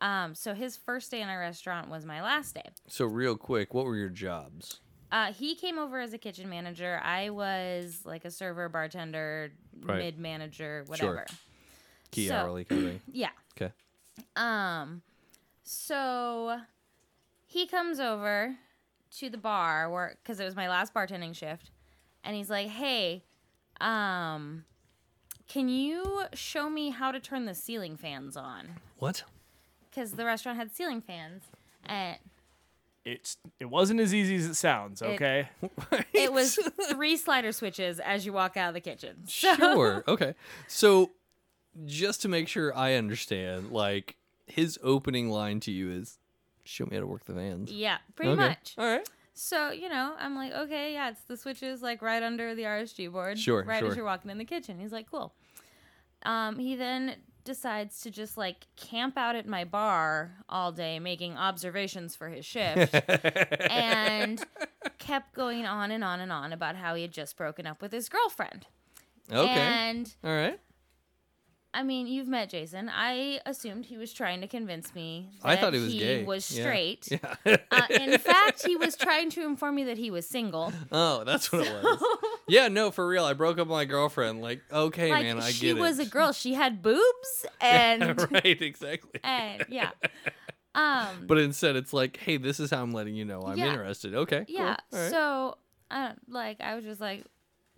Um, so his first day in our restaurant was my last day. So, real quick, what were your jobs? Uh, he came over as a kitchen manager. I was like a server, bartender, Right. mid manager, whatever. Key So- hourly kind of thing. Yeah. Okay. Um, so he comes over to the bar where because it was my last bartending shift, and he's like, "Hey, um, can you show me how to turn the ceiling fans on? What? Because the restaurant had ceiling fans, and It's it wasn't as easy as it sounds. Okay. it was three slider switches as you walk out of the kitchen. So sure. Okay. So, just to make sure I understand, like his opening line to you is, "Show me how to work the vans." yeah, pretty Okay. much. All right. So, you know, I'm like, okay, yeah, it's the switches like right under the RSG board. Sure, Right sure. as you're walking in the kitchen. He's like, cool. um, he then decides to just like camp out at my bar all day making observations for his shift and kept going on and on and on about how he had just broken up with his girlfriend. Okay. And All right. I mean, you've met Jason. I assumed he was trying to convince me that I thought he was gay. was Yeah. straight. Yeah. Uh, in fact, he was trying to inform me that he was single. oh, that's what it was. Yeah, no, for real. I broke up with my girlfriend. Like, okay, like man, I she get it. was a girl. She had boobs and right, exactly. and yeah. Um But instead, it's like, hey, this is how I'm letting you know I'm Yeah. interested. Okay. cool. yeah. All right. So I don't like I was just like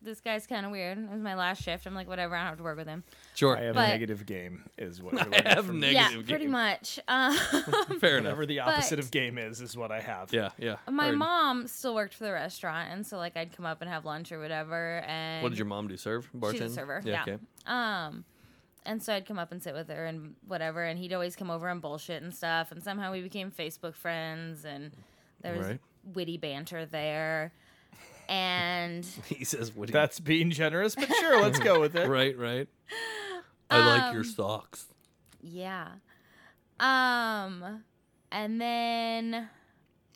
this guy's kind of weird. It was my last shift. I'm like whatever, I don't have to work with him. sure. I have But- negative game is what I have neg- yeah, Negative pretty game. much. Um Fair enough. whatever the opposite But- of game is is what I have. Yeah, yeah. my Heard. mom still worked for the restaurant and so like I'd come up and have lunch or whatever and What did your mom do? Serve? Bartend? server, Yeah. yeah. Okay. Um, and so I'd come up and sit with her and whatever, and he'd always come over and bullshit and stuff. And somehow we became Facebook friends, and there was Right. witty banter there. And He says, "What do you?" That's being generous, but sure, let's go with it. right, right. I like your Um, socks. yeah, um, and then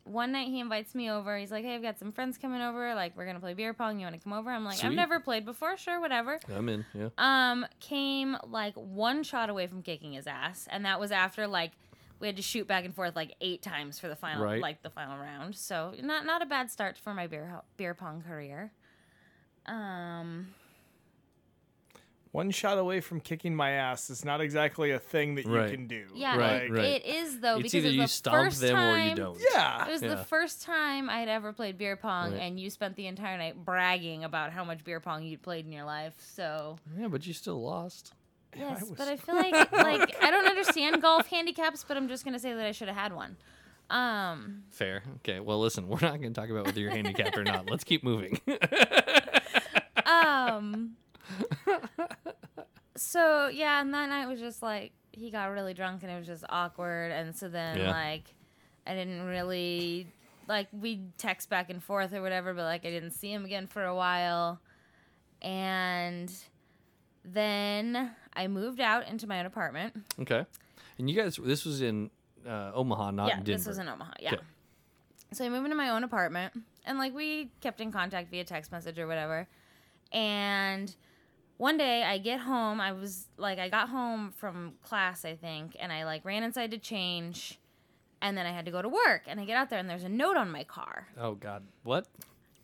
one night he invites me over. He's like, "Hey, I've got some friends coming over. Like, we're gonna play beer pong. You want to come over?" I'm like, "I've Sweet. never played before. Sure, whatever." I'm in. Yeah. um came like one shot away from kicking his ass and that was after like we had to shoot back and forth like eight times for the final Right. like the final round so not not a bad start for my beer ho- beer pong career um One shot away from kicking my ass is not exactly a thing that you Right. can do. yeah Right, it, Like, right. it is it's though oh, because either it was you the stomp first them or you time- don't. it Yeah. was Yeah. the first time I had ever played beer pong, Right. and you spent the entire night bragging about how much beer pong you'd played in your life. So Yeah, but you still lost. yes, was- but I feel like like I don't understand golf handicaps, but I'm just gonna say that I should have had one. Um, Fair. Okay. Well, listen, we're not going to talk about whether you're handicapped or not. Let's keep moving. um so yeah and that night was just like he got really drunk and it was just awkward and so then Yeah. like i didn't really like we text back and forth or whatever but like i didn't see him again for a while and then i moved out into my own apartment okay. And you guys, this was in uh, Omaha, not yeah Denver. this was in omaha yeah Okay. so i moved into my own apartment and like we kept in contact via text message or whatever and one day i get home i was like i got home from class i think and i like ran inside to change and then i had to go to work and i get out there and there's a note on my car Oh God. What?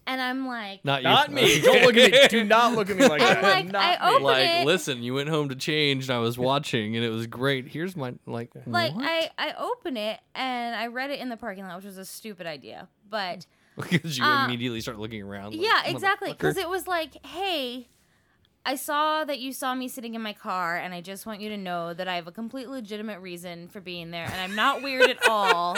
and i'm like Not you. Not me. Don't look at me. Do not look at me like i'm that. like Not i opened like, it listen, you went home to change, and I was watching, and it was great. Here's my like. like what? I, I open it and i read it in the parking lot which was a stupid idea but Because you Uh, immediately start looking around. like, yeah, exactly. Because motherfucker. it was like, hey, I saw that you saw me sitting in my car, and I just want you to know that I have a complete legitimate reason for being there, and I'm not weird at all,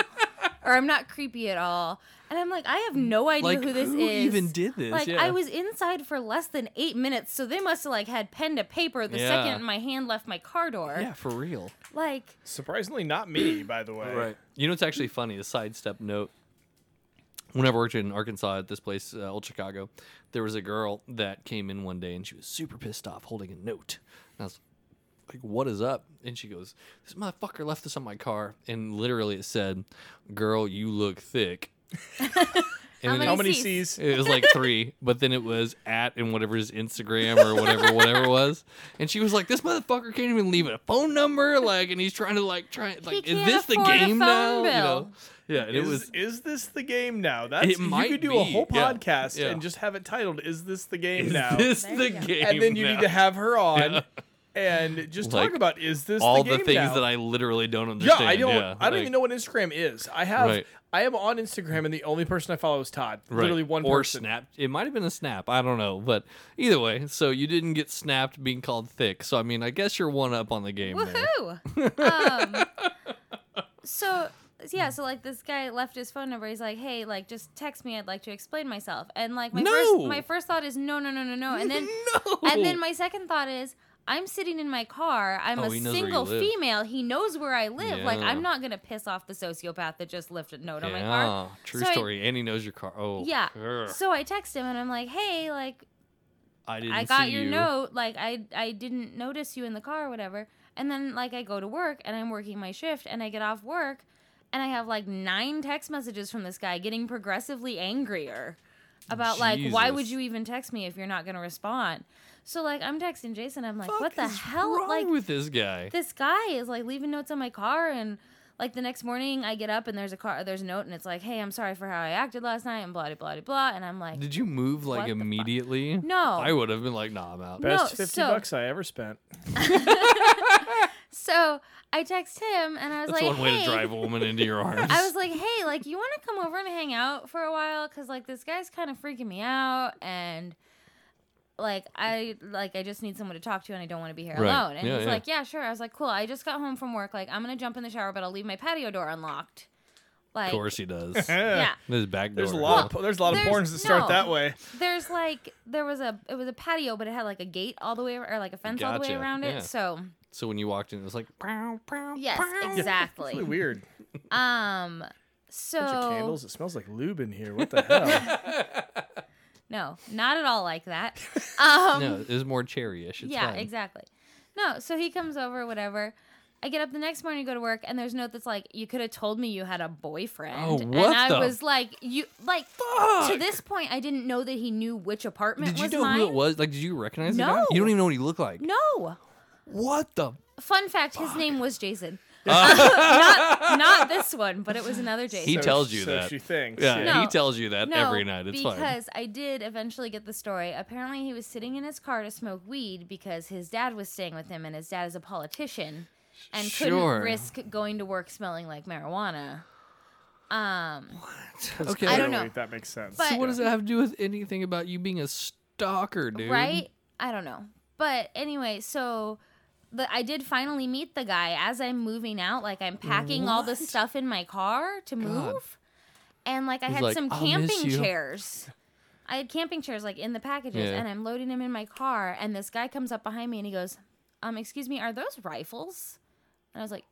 or I'm not creepy at all. And I'm like, I have no idea like who this who is. even did this? like yeah. I was inside for less than eight minutes, so they must have like had pen to paper the Yeah. second my hand left my car door. Yeah, for real. Like, Surprisingly, not me, by the way. You know what's actually funny? A sidestep note. Whenever I worked in Arkansas at this place, uh, Old Chicago, there was a girl that came in one day and she was super pissed off holding a note. And I was like, what is up? And she goes, this motherfucker left this on my car. And literally it said, girl, you look thick. and many then How many Sees. C's? it was like three, but then it was at and whatever his Instagram or whatever, whatever it was. And she was like, "This motherfucker can't even leave a phone number, like, and he's trying to like try like, is can't this the afford a game phone now? You know? bill. Yeah, and it is, was is this the game now? That's you might could do a be, whole yeah, podcast yeah. and just have it titled "Is this the game is now?" this There the you go. game? and then you now? need to have her on and just Like, talk about is this all the, the, game things now? that I literally don't yeah, understand. I don't. I don't like- even know what Instagram is. I have. Right. I am on Instagram, and the only person I follow is Todd. Right. Literally one or person. snap. It might have been a snap. I don't know, but either way, so you didn't get snapped being called thick. So I mean, I guess you're one up on the game. there. Woohoo! um, so yeah, so like this guy left his phone number. He's like, "Hey, like just text me. I'd like to explain myself." And like my No! first my first thought is no, no, no, no, no. And then no. and then my second thought is I'm sitting in my car. I'm Oh, a he knows where you single live. female. He knows where I live. Like Yeah. I'm not gonna piss off the sociopath that just left a note on my car. Yeah, true So I- story. and he knows your car. Oh, Yeah. grr. So I text him and I'm like, hey, like, I didn't. I got see your you. note. Like I I didn't notice you in the car or whatever. And then like I go to work and I'm working my shift and I get off work and I have like nine text messages from this guy getting progressively angrier about like why would Jesus. you even text me if you're not going to respond. So like I'm texting Jason I'm like Fuck what the is hell Wrong like with this guy. this guy is like leaving notes on my car and like the next morning I get up and there's a car there's a note and it's like hey I'm sorry for how I acted last night and blah de blah de blah and I'm like Did you move like What the fuck? immediately? No. I would have been like, nah, I'm out. No, Best fifty so- bucks I ever spent. So I text him and I was That's like, one way hey. to drive a woman into your arms. I was like, hey, like, you want to come over and hang out for a while? Cause like this guy's kind of freaking me out, and like I like I just need someone to talk to, and I don't want to be here Right. alone. And Yeah, he's yeah. like, yeah, sure. I was like, cool. I just got home from work. Like I'm gonna jump in the shower, but I'll leave my patio door unlocked. Like, of course he does. yeah. This back door. Eh, There's a lot. huh? Of, po- there's a lot of There's- porns that start no. that way. There's like there was a it was a patio, but it had like a gate all the way or like a fence all the way Gotcha, around it. yeah. So So when you walked in, it was like, pow, pow, yes, pow. exactly. Really weird. um. So Bunch of candles. It smells like lube in here. What the hell? No, not at all like that. Um, No, it was more cherry-ish. It's yeah, fine. exactly. No, so he comes over, whatever. I get up the next morning, go to work, and there's a note that's like, "You could have told me you had a boyfriend." Oh, what and I the was like, "You like to this point, I didn't know that he knew which apartment Did you was know mine." who it was? Like, did you recognize the guy? No. You don't even know what he looked like. No. What the? Fun fact: His name was Jason. not not this one, but it was another Jason. He tells you so that. She thinks. Yeah, No. he tells you that No, every night. It's because fine. I did eventually get the story. Apparently, he was sitting in his car to smoke weed because his dad was staying with him, and his dad is a politician and Sure. couldn't risk going to work smelling like marijuana. Um, Okay. I don't know. Clearly, That makes sense. But- So what does that have to do with anything about you being a stalker, dude? right? I don't know. But anyway, so the, I did finally meet the guy as I'm moving out. Like I'm packing all the stuff in my car to move, and like I He's had like, some "I'll miss camping you." chairs. I had camping chairs like in the packages, Yeah. and I'm loading them in my car. And this guy comes up behind me and he goes, "Um, excuse me, are those rifles?" And I was like,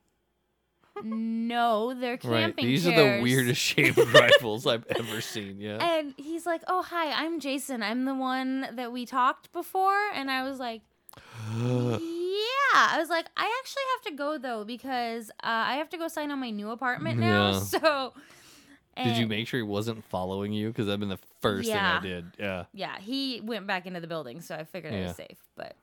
"No, they're camping Right. These chairs." are the weirdest shaped rifles I've ever seen. Yeah. And he's like, "Oh, hi, I'm Jason. I'm the one that we talked before." And I was like, "Yeah." I was like, "I actually have to go though because uh, I have to go sign on my new apartment now." Yeah. So, Did you and- make sure he wasn't following you? Because that'd been the first Yeah. thing I did. Yeah. Yeah, he went back into the building, so I figured it Yeah. was safe. But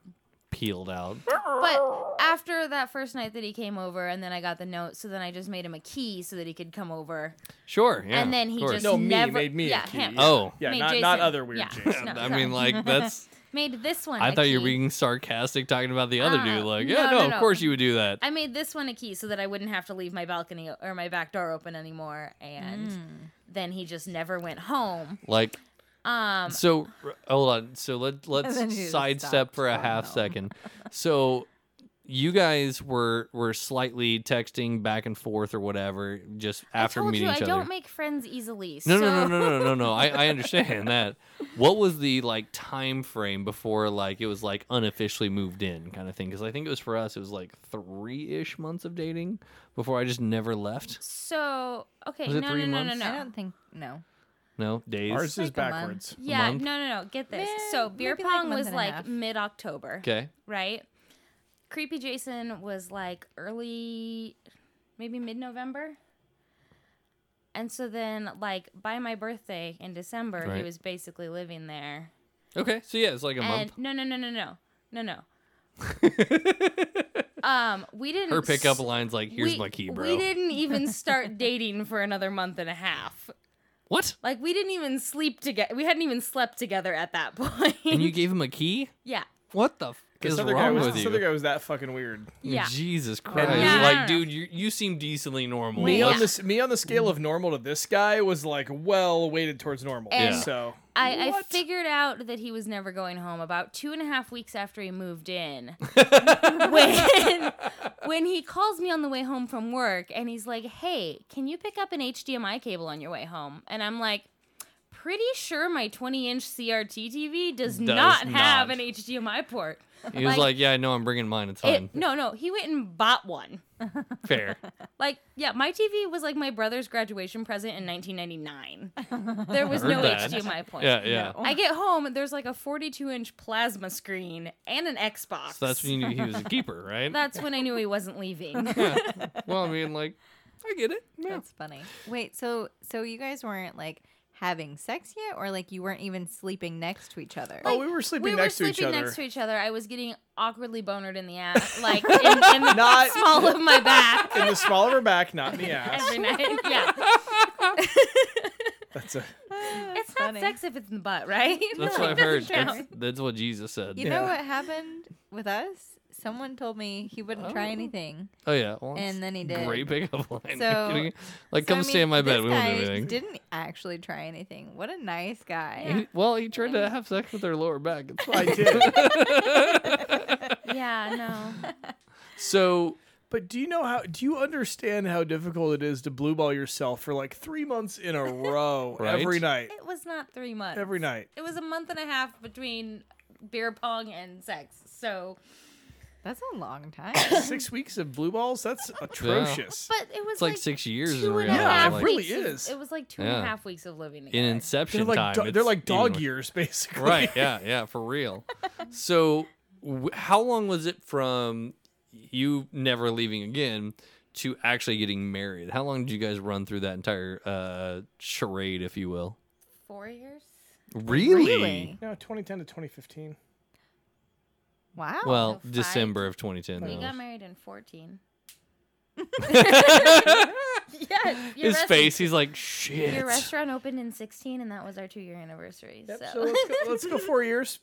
Peeled out. but after that first night that he came over, and then I got the note, so then I just made him a key so that he could come over, Sure. Yeah. and then of he course. just No, me never made me a yeah key, him yeah. Oh. yeah, made not, not Jason- other weird yeah. Jason. No, I sorry. mean, like, that's. made this one. I a thought you were key. being sarcastic talking about the other dude. Uh, Like, yeah, no, no, no, of no. course you would do that. I made this one a key so that I wouldn't have to leave my balcony or my back door open anymore. And then he just never went home. Like, Um, so r- hold on. So let then you let's just sidestep stopped. for a Oh, half no. second. So you guys were were slightly texting back and forth or whatever just after I told meeting you each I other. don't make friends easily. No, no, so no, no, no, no, no. I, I understand that. What was the like time frame before like it was like unofficially moved in kind of thing? Because I think it was for us, it was like three ish months of dating before I just never left. So okay, Was no, it no, three no, no, months? I no. don't think no. No days. Like Ours is a month. backwards. Yeah, month? no, no, no. Get this. Meh, so beer maybe like pong month was and a like half. mid October, okay. right? Creepy Jason was like early, maybe mid November. And so then, like by my birthday in December, he Right. was basically living there. Okay. So yeah, it's like a and month. no no no no no no no um we didn't Her pickup s- line's like, "Here's we- my key, bro." we didn't even start dating for another month and a half What? like we didn't even sleep together we hadn't even slept together at that point And you gave him a key? yeah What the f- This is other wrong guy was with this you? other guy was that fucking weird. yeah Jesus Christ! no, like, no, no. dude, you you seem decently normal. Me Let's- on this me on the scale of normal to this guy was like well weighted towards normal. And- Yeah. So I, I What? figured out that he was never going home about two and a half weeks after he moved in. when, when he calls me on the way home from work and he's like, Hey, can you pick up an HDMI cable on your way home? And I'm like, pretty sure my 20 inch CRT TV does, Does not, have not. an HDMI port. He was Like- like, "Yeah, I know. I'm bringing mine. It's fine. It, no, no, he went and bought one. Fair. Like, yeah, my TV was like my brother's graduation present in 1999. There was Heard no that. HDMI port. Yeah, yeah. Oh. I get home and there's like a 42 inch plasma screen and an Xbox. So that's when you knew he was a keeper, right? That's when I knew he wasn't leaving. yeah. Well, I mean, like, I get it. Yeah. That's funny. Wait, so so you guys weren't like having sex yet, or like you weren't even sleeping next to each other? oh, we were sleeping we were next sleeping to each other. next to each other. I was getting awkwardly bonered in the ass, like in, in the Not- small of my back in the small of her back, not in the ass. every night. Yeah, That's a it's not sex if it's in the butt, right? That's Like, what I've doesn't heard. count. That's, that's what Jesus said. You know Yeah. what happened with us? Someone told me he wouldn't try anything, Oh yeah. Well, that's and then he did. Great pickup line. Are you So- kidding? like, So, I come mean, stay in my bed. this We won't do guy anything. Didn't actually try anything. What a nice guy. He- well, he tried to have sex with her lower back. It's I fine. did. Yeah, no. so But do you know how? Do you understand how difficult it is to blue ball yourself for like three months in a row Right. every night? It was not three months. Every night. It was a month and a half between beer pong and sex. So, That's a long time. Six weeks of blue balls? That's atrocious. but it was it's like, six years in two and a reality. like, half Yeah, it really weeks of- is. it was like two and a half Yeah. weeks of living in together. Inception They're like, time. do- they're it's like even dog worse. years, basically. Right. Yeah. Yeah. For real. so, w- how long was it from you never leaving again to actually getting married? How long did you guys run through that entire uh, charade, if you will? Four years? Really? No, 2010 to 2015. Wow. Well, So five- December of 2010. We though. got married in 14. yes. your His rest- face, he's like, shit. Your restaurant opened in 16, and that was our two year anniversary. Yep, so so. let's go, let's go four years.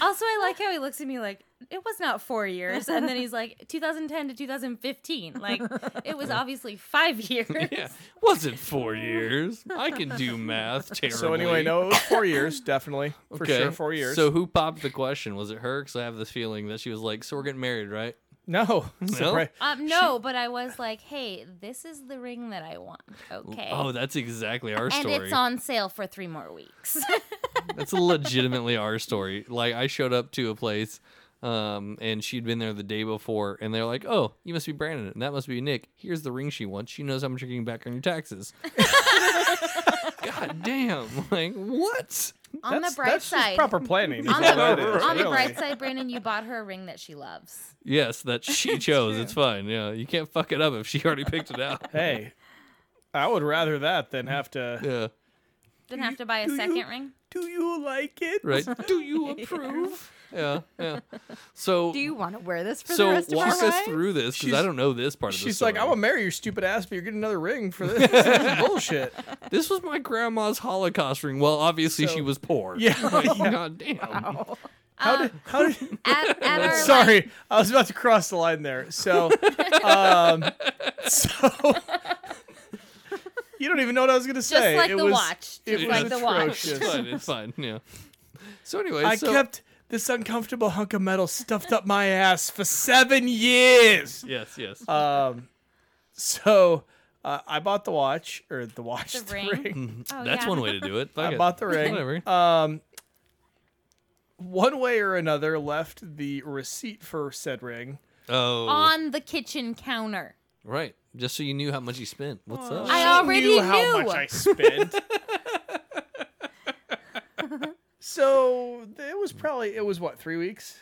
also, I like how he looks at me like, it was not four years. And then he's like, 2010 to 2015. Like, it was obviously five years. Yeah, wasn't four years. I can do math terribly. So anyway, no, it was four years, definitely. For Okay, sure, four years. So who popped the question? Was it her? Because I have this feeling that she was like, "So we're getting married, right?" no. Surpri- Um, no, but I was like, hey, this is the ring that I want. Okay. Oh, that's exactly our Eh. and story. it's on sale for three more weeks. That's legitimately our story. Like I showed up to a place, um, and she'd been there the day before, and they're like, "Oh, you must be Brandon, and that must be Nick. Here's the ring she wants. She knows how much you're getting back on your taxes." God damn! Like what? on the That's- bright that's just side. proper planning. is on what the, that is, on the really. bright side, Brandon, you bought her a ring that she loves. Yes, that she chose. it's fine. Yeah, you can't fuck it up if she already picked it out. Hey, I would rather that than have to. Yeah, Didn't have to buy a do second you- ring. Do you like it? right. Do you approve? Yeah, yeah. So, Do you want to wear this for the so rest of walk our us life? through this because I She's- don't know this part of the She's story. like, I'm gonna marry your stupid ass, but you're getting another ring for this. this is bullshit. This was my grandma's Holocaust ring. Well, obviously she So- was poor. Yeah. Like, God damn. How did? How did? At, at our, Uh, like- Sorry, I was about to cross the line there. So, um, so you don't even know what I was gonna just say. like it the was, watch. it Just was like the It's watch. atrocious. fine. It's fine. Yeah. So anyway, I so, kept this uncomfortable hunk of metal stuffed up my ass for seven years. Yes. Yes. Um, so uh, I bought the watch or the watch, The the, ring? Oh, That's yeah. one way to do it. Fuck I it. bought the ring. Whatever. Um, one way or another, left the receipt for said ring. oh, On the kitchen counter. right. Just so you knew how much you spent. What's up? I She already knew how knew. much I spent. so it was probably it was what three weeks.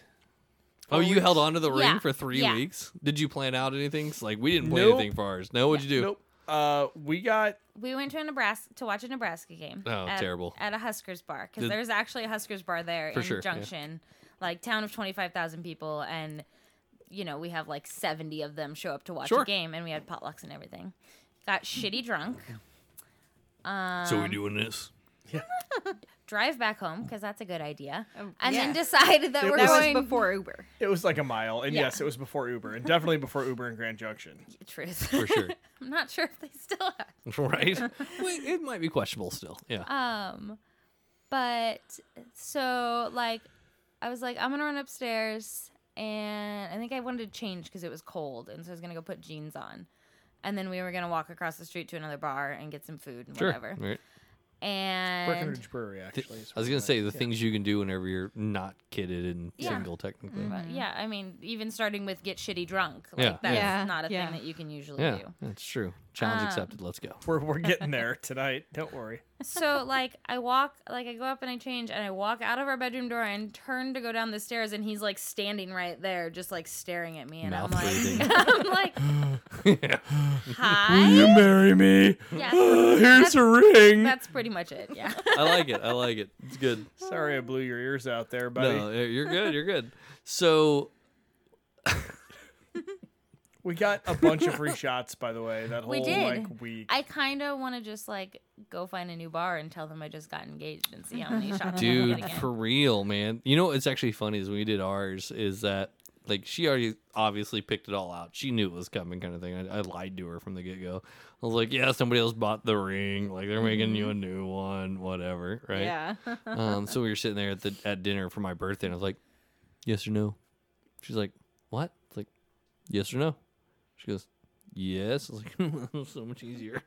Oh, you held on to the ring Yeah, for three yeah. weeks. Did you plan out anything? S- Like we didn't plan Nope. anything for ours. No, what'd you do? Nope. Uh, we got We went to a Nebraska to watch a Nebraska game. Oh, at- terrible. At a Huskers bar because Did- there's actually a Huskers bar there For in sure, yeah. Junction, like town of twenty five thousand people, and you know we have like seventy of them show up to watch Sure. a game, and we had potlucks and everything. Got shitty drunk. Um, So we're doing this. drive back home because that's a good idea, Um, and yeah. then decided that It we're That going. was before Uber. it was like a mile, and Yeah. yes, it was before Uber, and definitely before Uber in Grand Junction. Truth. For sure. I'm not sure if they still have. right? Wait, it might be questionable still. Yeah. Um, but so like, I was like, I'm gonna run upstairs, and I think I wanted to change because it was cold, and so I was gonna go put jeans on, and then we were gonna walk across the street to another bar and get some food and sure. whatever. Right. and Breckenridge Brewery, actually. is I was where gonna it's say the at. Yeah. things you can do whenever you're not kitted and Yeah. Mm-hmm. single, technically. But yeah, I mean, even starting with get shitty drunk, like Yeah. that's Yeah. not a Yeah. thing that you can usually Yeah, do. that's true. Challenge Um, accepted. Let's go. We're, we're getting there tonight. Don't worry. So like I walk, like I go up and I change, and I walk out of our bedroom door and turn to go down the stairs, and he's like standing right there, just like staring at me, and Mouth I'm breathing. like, I'm like, Will you hi. marry me? Uh, Yeah, Here's a ring. that's pretty much it. Yeah. I like it. I like it. It's good. Sorry I blew your ears out there, buddy. No, you're good. You're good. So We got a bunch of free shots, by the way, that whole We did. like week. I kind of want to just like go find a new bar and tell them I just got engaged and see how many shots. I can get dude again. for real man you know what's actually funny is when we did ours is that like she already obviously picked it all out she knew it was coming kind of thing i, I lied to her from the get-go i was like yeah somebody else bought the ring like they're making Mm-hmm. you a new one whatever right Yeah. um, so we were sitting there at the at dinner for my birthday, and I was like, "Yes or no?" She's like, "What?" It's like, "Yes or no?" She goes, "Yes." I was like, "So much easier."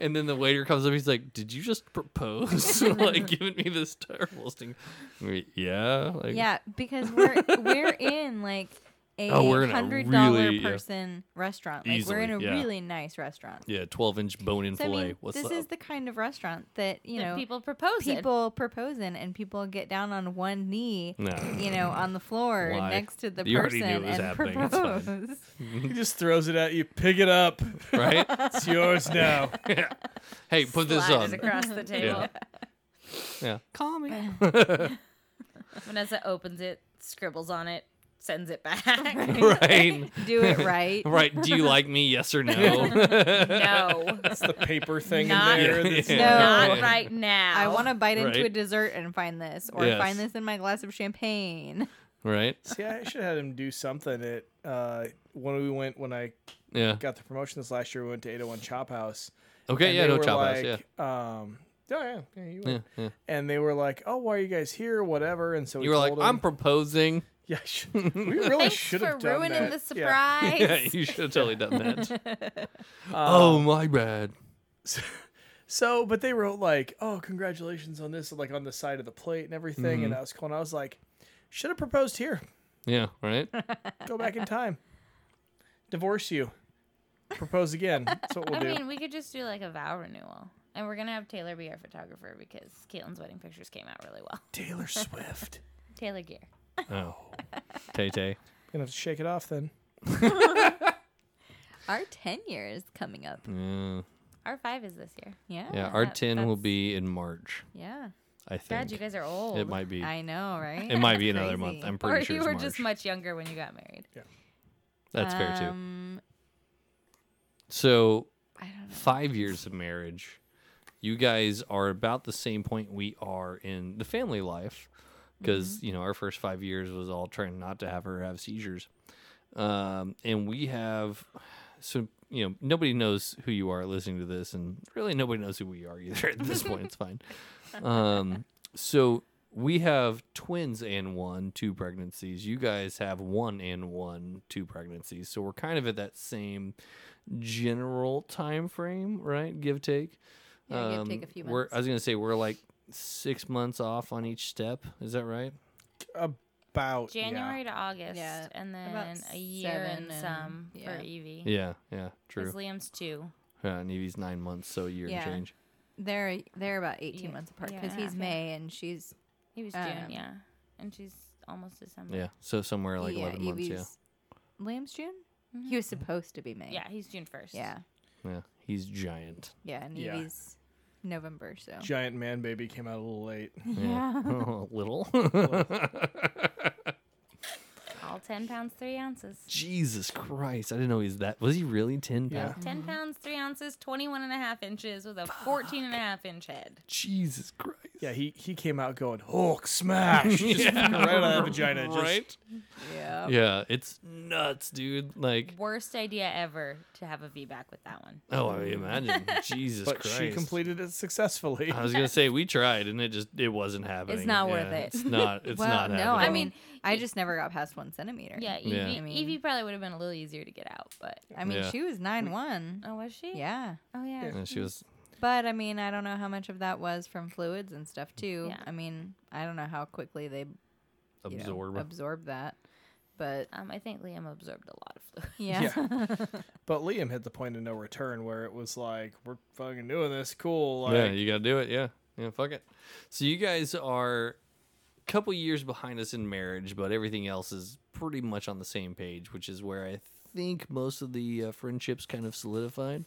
and then the waiter comes up. He's like, "Did you just propose? like, giving me this terrible sting?" I'm like, Yeah. Like, Yeah, because we're we're in like a Oh, we're in a hundred dollar really- yeah. person restaurant. Like we're Easily, in a yeah. really nice restaurant. Yeah. Twelve inch bone in So, I fillet. mean, What's this up? is the kind of restaurant that you That know people propose people propose in, and people get down on one knee, No. you know, on the floor Mm. Why? next to the You already person knew it was and happening. It's fine. propose. He just throws it at you. Pick it up. right? It's yours now. Hey, put this Slide it on. across the table. Yeah. Yeah. Call me. Vanessa opens it, scribbles on it, sends it back. Right. Do it right. Right. Do you like me? Yes or no? No. It's the paper thing Not- in there. that's- Yeah. Not Yeah. right now. I want to bite into a Right. dessert and find this, or Yes. find this in my glass of champagne. right. See, I should have had him do something at uh, when we went when I Yeah. got the promotion this last year. We went to 801 Chop House. Okay. uh, and yeah. they No were chop house. Yeah. like, Um, oh yeah, yeah, you went. Yeah, yeah. And they were like, "Oh, why are you guys here? Whatever." And so we You were like, told I'm them- proposing. yeah, sh- we really Thanks should for have done ruining that. the Yeah. surprise. Yeah, you should have totally done that. Um, oh, my bad. So, but they wrote like, "Oh, congratulations on this!" Like on the side of the plate and everything. Mm-hmm. And I was cool. And I was like, "Should have proposed here. Yeah, right? Go back in time. Divorce you. Propose again. That's what we'll I do." mean, we could just do like a vow renewal. And we're going to have Taylor be our photographer because Caitlin's wedding pictures came out really well. Taylor Swift. Taylor Gear. Oh. Tay Tay. Gonna have to shake it off then. Our tenure is coming up. Yeah. R5 is this year. Yeah. yeah, our that- 10 will that's- be in March, Yeah. I think. God, you guys are old. it might be. I know, right? It might be another Crazy. month. I'm or pretty sure you it's were March. just much younger when you got married. That's fair, too. Um, So, I don't know. five years of marriage, you guys are about the same point we are in the family life because, Mm-hmm. you know, our first five years was all trying not to have her have seizures. Um, and we have, so, you know, nobody knows who you are listening to this, and really nobody knows who we are either at this point. It's fine. Um, so, we have twins and one, two pregnancies. You guys have one and one, two pregnancies. So, we're kind of at that same general time frame, right? Give take. Um, Yeah, give, take a few We're, months. I was gonna say we're like six months off on each step. Is that right? About yeah. January to August. Yeah, And about then a year seven and and- some yeah. for Evie. Yeah, yeah, 'Cause true. Liam's two. Yeah, and Evie's nine months, so a year Yeah. and change. They're they're about eighteen Yeah. months apart because Yeah. he's Yeah. May and she's He was Um, June, yeah. And she's almost December. Yeah, so somewhere like yeah, eleven months. Evie's- Liam's June. He was supposed to be May. Mm-hmm. Yeah, he's June 1st. yeah, Yeah, yeah. He's giant. yeah. And Yeah. Evie's November, so Giant man baby came out a little late. Yeah, little. All 10 pounds, 3 ounces. Jesus Christ! I didn't know he's that. Was he really ten Yeah. pounds? 10 pounds, 3 ounces, 21 and a half inches with a 14 and a half inch head. Jesus Christ! Yeah, he he came out going Hulk smash, just fucking right out of the vagina, just right? yeah. Yeah, it's nuts, dude. Like, Worst idea ever to have a V back with that one. oh, I imagine. Jesus But Christ! Uh-huh. she completed it successfully. I was gonna say we tried, and it just it wasn't happening. not worth Yeah, it. It's not. It's Well, not. no, happening. I mean, I just never got past one centimeter. Yeah, E Evie, Yeah. I mean- Evie probably would have been a little easier to get out, but. I mean, Yeah. Mm. she was nine one. Oh, was she? Yeah, Oh, yeah. Yeah, she was. But I mean, I don't know how much of that was from fluids and stuff too. Yeah. I mean, I don't know how quickly they you know, Absorb. absorb that. But Um, I think Liam absorbed a lot of fluid. yeah. But Liam hit the point of no return where it was like, we're fucking doing this, cool. Like, yeah, you gotta do it. Yeah, yeah, fuck it. So you guys are a couple years behind us in marriage, but everything else is pretty much on the same page, which is where I think most of the uh, friendships kind of solidified.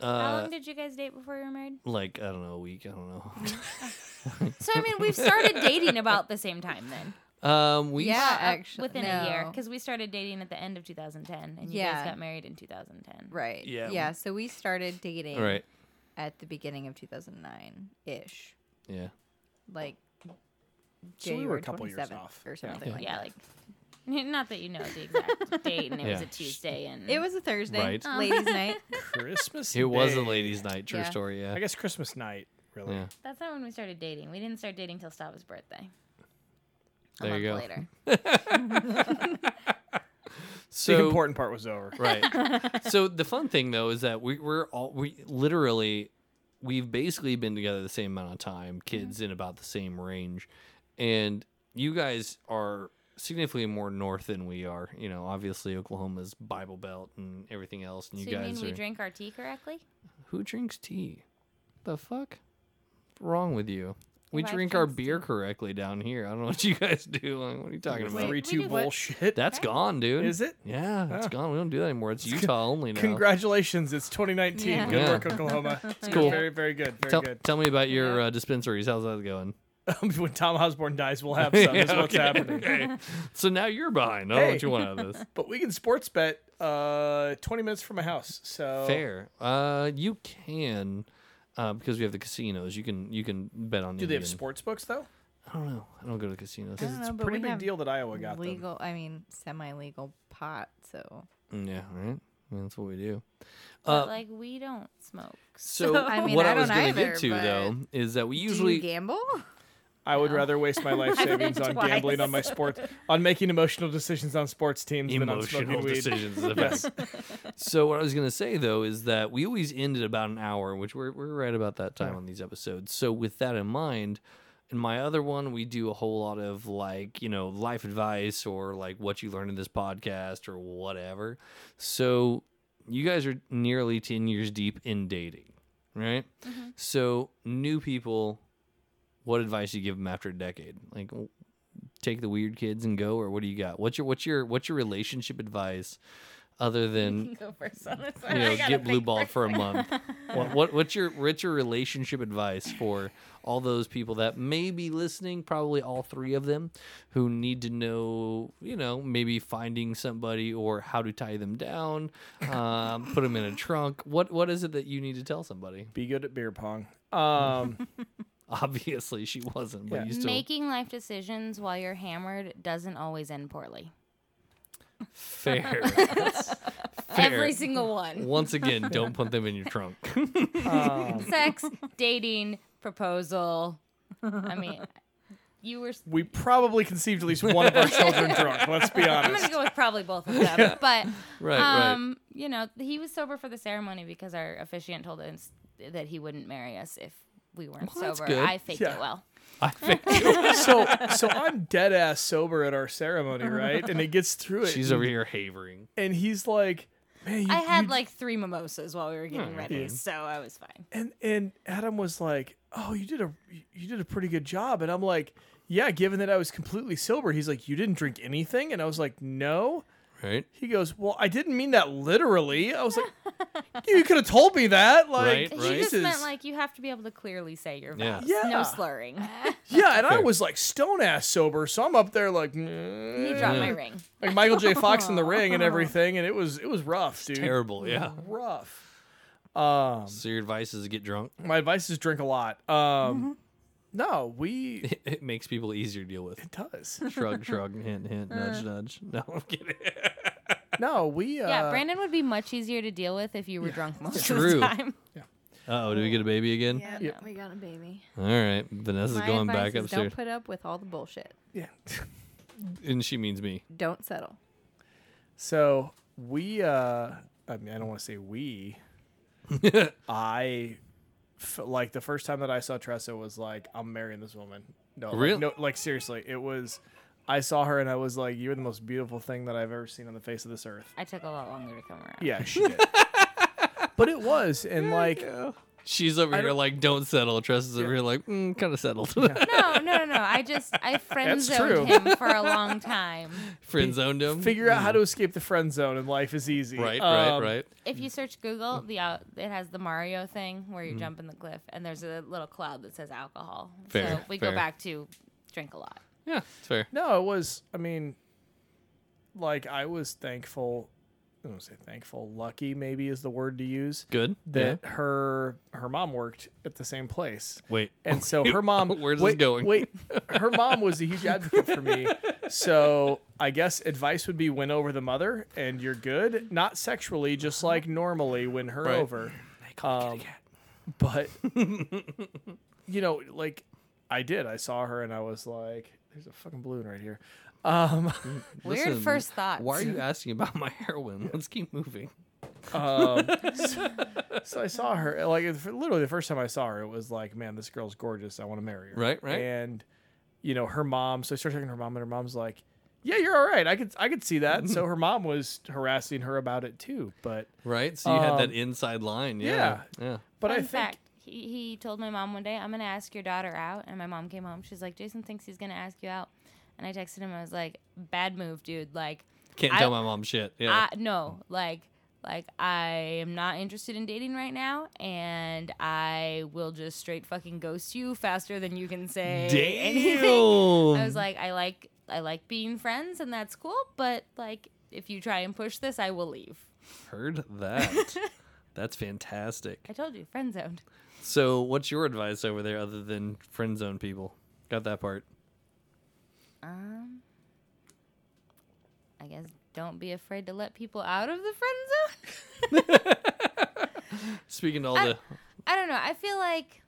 How Uh, long did you guys date before you were married? Um, like I don't know, a week. I don't know. So I mean, we've started dating about the same time then, um, we Yeah, actually. within a year, no. because we started dating at the end of 2010, and you Yeah. guys got married in 2010. Right. Yeah. Yeah. So we started dating All right. at the beginning of 2009 ish. Yeah. Like, So we were January a couple years 27th off. Or something like Yeah, that. like not that you know the exact date, and it was Yeah. a Tuesday, and It was a Thursday, Right. ladies' night. Christmas. It was a Day. ladies' night. True Yeah. story. Yeah. I guess Christmas night, really. Yeah. That's not when we started dating. We didn't start dating till Stava's birthday. A There month you go. later. the So important part was over. right. so the fun thing though is that we we're all we literally we've basically been together the same amount of Mm-hmm. time, kids in about the same range, and you guys are significantly more north than we are. You know, obviously Oklahoma's Bible Belt and everything else, and you so you mean guys we are drink our tea correctly? who drinks tea? The fuck wrong with you? We Everybody drink our drinks beer correctly down here. I don't know what you guys do. Like, what are you talking about? Three we two do what? bullshit. That's gone, dude. Is it? Yeah, it's Oh. gone. We don't do that anymore. It's Utah only now. Congratulations, it's 2019. Yeah. Good Yeah. work, Oklahoma. It's cool. Very, very good. Very tell, good. tell me about your Yeah. uh, dispensaries. How's that going? when Tom Osborne dies, we'll have some. is Yeah, what's okay, happening. okay. So now you're behind. I don't know what Hey. you want out of this. But we can sports bet uh, 20 minutes from my house. So Fair. Uh, you can, uh, because we have the casinos. You can you can bet on. Do they have Indian. sports books though? I don't know. I don't go to casinos. I don't It's know, a Oh, but pretty we big have deal that Iowa got them. legal, I mean, semi legal pot. So Mm, Yeah, right. I mean, that's what we do. But Uh, like we don't smoke. So I mean, what I I, was don't gonna either, get to but- though is that we do usually you gamble? I would rather waste my life savings on Twice. gambling on my sports, on making emotional decisions on sports teams than on emotional smoking weed. decisions. is the Yes. best. So what I was gonna say though is that we always end at about an hour, which we're we're right about that time on these episodes. So with that in mind, in my other one we do a whole lot of like you know life advice or like what you learned in this podcast or whatever. So you guys are nearly ten years deep in dating, right? So new people, what advice you give them after a decade? Like w- take the weird kids and go, or what do you got? What's your what's your what's your relationship advice other than Go first on this you one. know get blue balled for a month? what, what what's your what's your relationship advice for all those people that may be listening? Probably all three of them who need to know you know maybe finding somebody or how to tie them down, um, put them in a trunk. What what is it that you need to tell somebody? Be good at beer pong. Um, Obviously, she wasn't, but Yeah. you still Making life decisions while you're hammered doesn't always end poorly. fair. That's fair. Every single one. Once again, don't put them in your trunk. um, Sex, dating, proposal. I mean, you were. we probably conceived at least one of our children drunk. Let's be I'm honest. gonna go with probably both of them, but right, um, you know, he was sober for the ceremony because our officiant told us that he wouldn't marry us if we weren't Well, that's sober. good. I faked Yeah. it well. right. I think so so I'm dead ass sober at our ceremony, right? And it gets through it. she's over here havering. and he's like, "Man, you, I had you- like three mimosas while we were getting Hmm. ready, so I was fine. and and Adam was like, "Oh, you did a you did a pretty good job." And I'm like, "Yeah, given that I was completely sober." He's like, "You didn't drink anything?" And I was like, "No." Right, He goes, "Well, I didn't mean that literally." I was like, "You could have told me that." Like, Right, He just Jesus. meant like you have to be able to clearly say your Yeah. vows. Yeah. No slurring. yeah, and I Fair. was like stone ass sober, so I'm up there like, He "Mm," dropped my Yeah. ring. like Michael J. Fox in the ring and everything, and it was it was rough, dude. terrible. Yeah. Rough. Um, So your advice is to get drunk. my advice is drink a lot. Mm-hmm. Um, no, we It, it makes people easier to deal with. it does. Shrug, shrug, hint, Uh. hint, nudge, nudge. No, I'm kidding. No, we. Uh, yeah, Brandon would be much easier to deal with if you were drunk most True. of the time. Oh, do we get a baby again? Yeah. we got a baby. All right, Vanessa's My going advice back is upstairs, Don't put up with all the bullshit. Yeah. and she means me. Don't settle. So we. Uh, I mean, I don't want to say we. I f- like the first time that I saw Tressa was like, I'm marrying this woman. No, Really? Like, no, like seriously, it was. I saw her and I was like, "You're the most beautiful thing that I've ever seen on the face of this earth." I took a lot longer to come around. Yeah, she did. but it was, and like, She's over here don't- like, don't settle. Tress is over here like, mm, kind of settled. No, no, no, no. I just I friend true. zoned him for a long time. Friend zoned him. figure out how to escape the friend zone, and life is easy. Mm. Right, Um, right, right. If you search Google, the out it has the Mario thing where you jump in the cliff, and there's a little cloud that says alcohol. so Fair, we fair. go back to drink a lot. Yeah, it's fair. No, it was. I mean, like, I was thankful. I don't say thankful. Lucky maybe is the word to use. Good. That yeah. her her mom worked at the same place. Wait. And so her mom. Where's this wait, going? Wait, her mom was a huge advocate for me. So I guess advice would be win over the mother, and you're good. Not sexually, just like normally win her Right. over. Um, but you know, like I did. I saw her, and I was like, "There's a fucking balloon right here." Um, Weird Listen, first thoughts. Why are you asking about my heroin? Let's keep moving. um, so, so I saw her. Like it- literally, the first time I saw her, it was like, "Man, this girl's gorgeous. I want to marry her." Right, right. And you know, her mom. So I started talking to her mom, and her mom's like, "Yeah, you're all right. I could, I could see that." so her mom was harassing her about it too. But, Right. So you had Um, that inside line. Yeah. yeah. Yeah. but Fun I think fact. He, he told my mom one day, I'm going to ask your daughter out. And my mom came home. She's like, Jason thinks he's going to ask you out. And I texted him. I was like, bad move, dude. Like, Can't I- tell my mom shit. Yeah. I, no, like, like I am not interested in dating right now, and I will just straight fucking ghost you faster than you can say anything. I was like, I like, I like being friends, and that's cool. But like, if you try and push this, I will leave. Heard that. That's fantastic. I told you, friend zoned. So, what's your advice over there other than friend zone people? Got that part. Um, I guess don't be afraid to let people out of the friend zone. Speaking to all I- the I don't know. I feel like,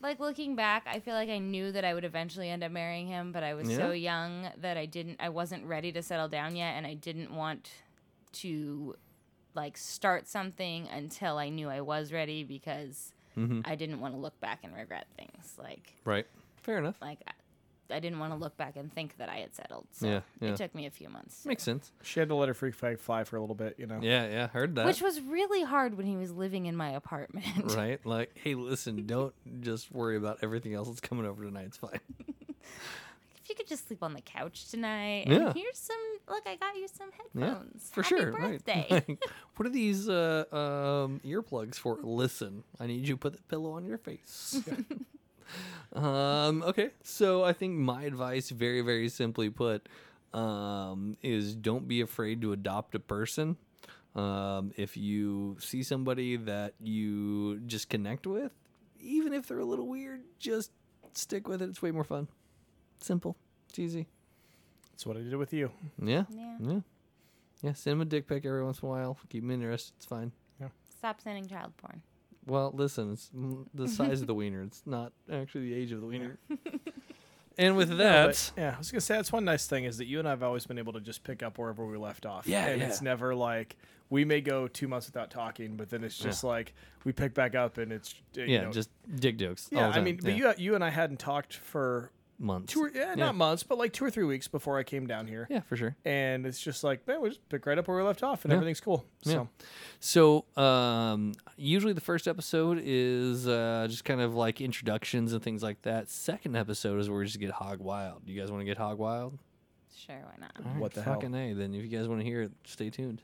like looking back, I feel like I knew that I would eventually end up marrying him, but I was so Yeah. young that I didn't, I wasn't ready to settle down yet, and I didn't want to, like, start something until I knew I was ready because I didn't want to look back and regret things. Like, right. Fair enough. like I- I didn't want to look back and think that I had settled. So Yeah, yeah. it took me a few months. to- Makes sense. she had to let her freak flag fly for a little bit. You know. Yeah, yeah. Heard that. Which was really hard when he was living in my apartment. right? Like, hey, listen, don't just worry about everything else that's coming over tonight. It's fine. if you could just sleep on the couch tonight. And Yeah. here's some look, I got you some Yeah, headphones. for Happy sure. Birthday. Right. Like, what are these uh, um, earplugs for? Listen, I need you to put the pillow on your face. um, okay, so I think my advice, very, very simply put, um, is don't be afraid to adopt a person. Um, if you see somebody that you just connect with, even if they're a little weird, just stick with it. It's way more fun. Simple. It's easy. That's what I did with you. Yeah. Yeah. Yeah. Yeah. Send him a dick pic every once in a while. Keep him interested. It's fine. Stop sending child porn. Well, listen, it's mm, the size of the wiener. It's not actually the age of the wiener. and with that, But, yeah, I was gonna say that's one nice thing is that you and I have always been able to just pick up wherever we left off. Yeah, and yeah. it's never like we may go two months without talking, but then it's just like we pick back up and it's uh, you yeah, know, just dick jokes. all yeah. the I time. mean, but Yeah. you you and I hadn't talked for months. two or yeah, not months, but like two or three weeks before I came down here, yeah, for sure. and it's just like man, we just pick right up where we left off and Yeah. everything's cool. So Yeah. So, um, usually the first episode is uh, just kind of like introductions and things like that. Second episode is where we just get hog wild. You guys want to get hog wild? Sure, why not? All right, What the hell? fucking A, then if you guys want to hear it, stay tuned.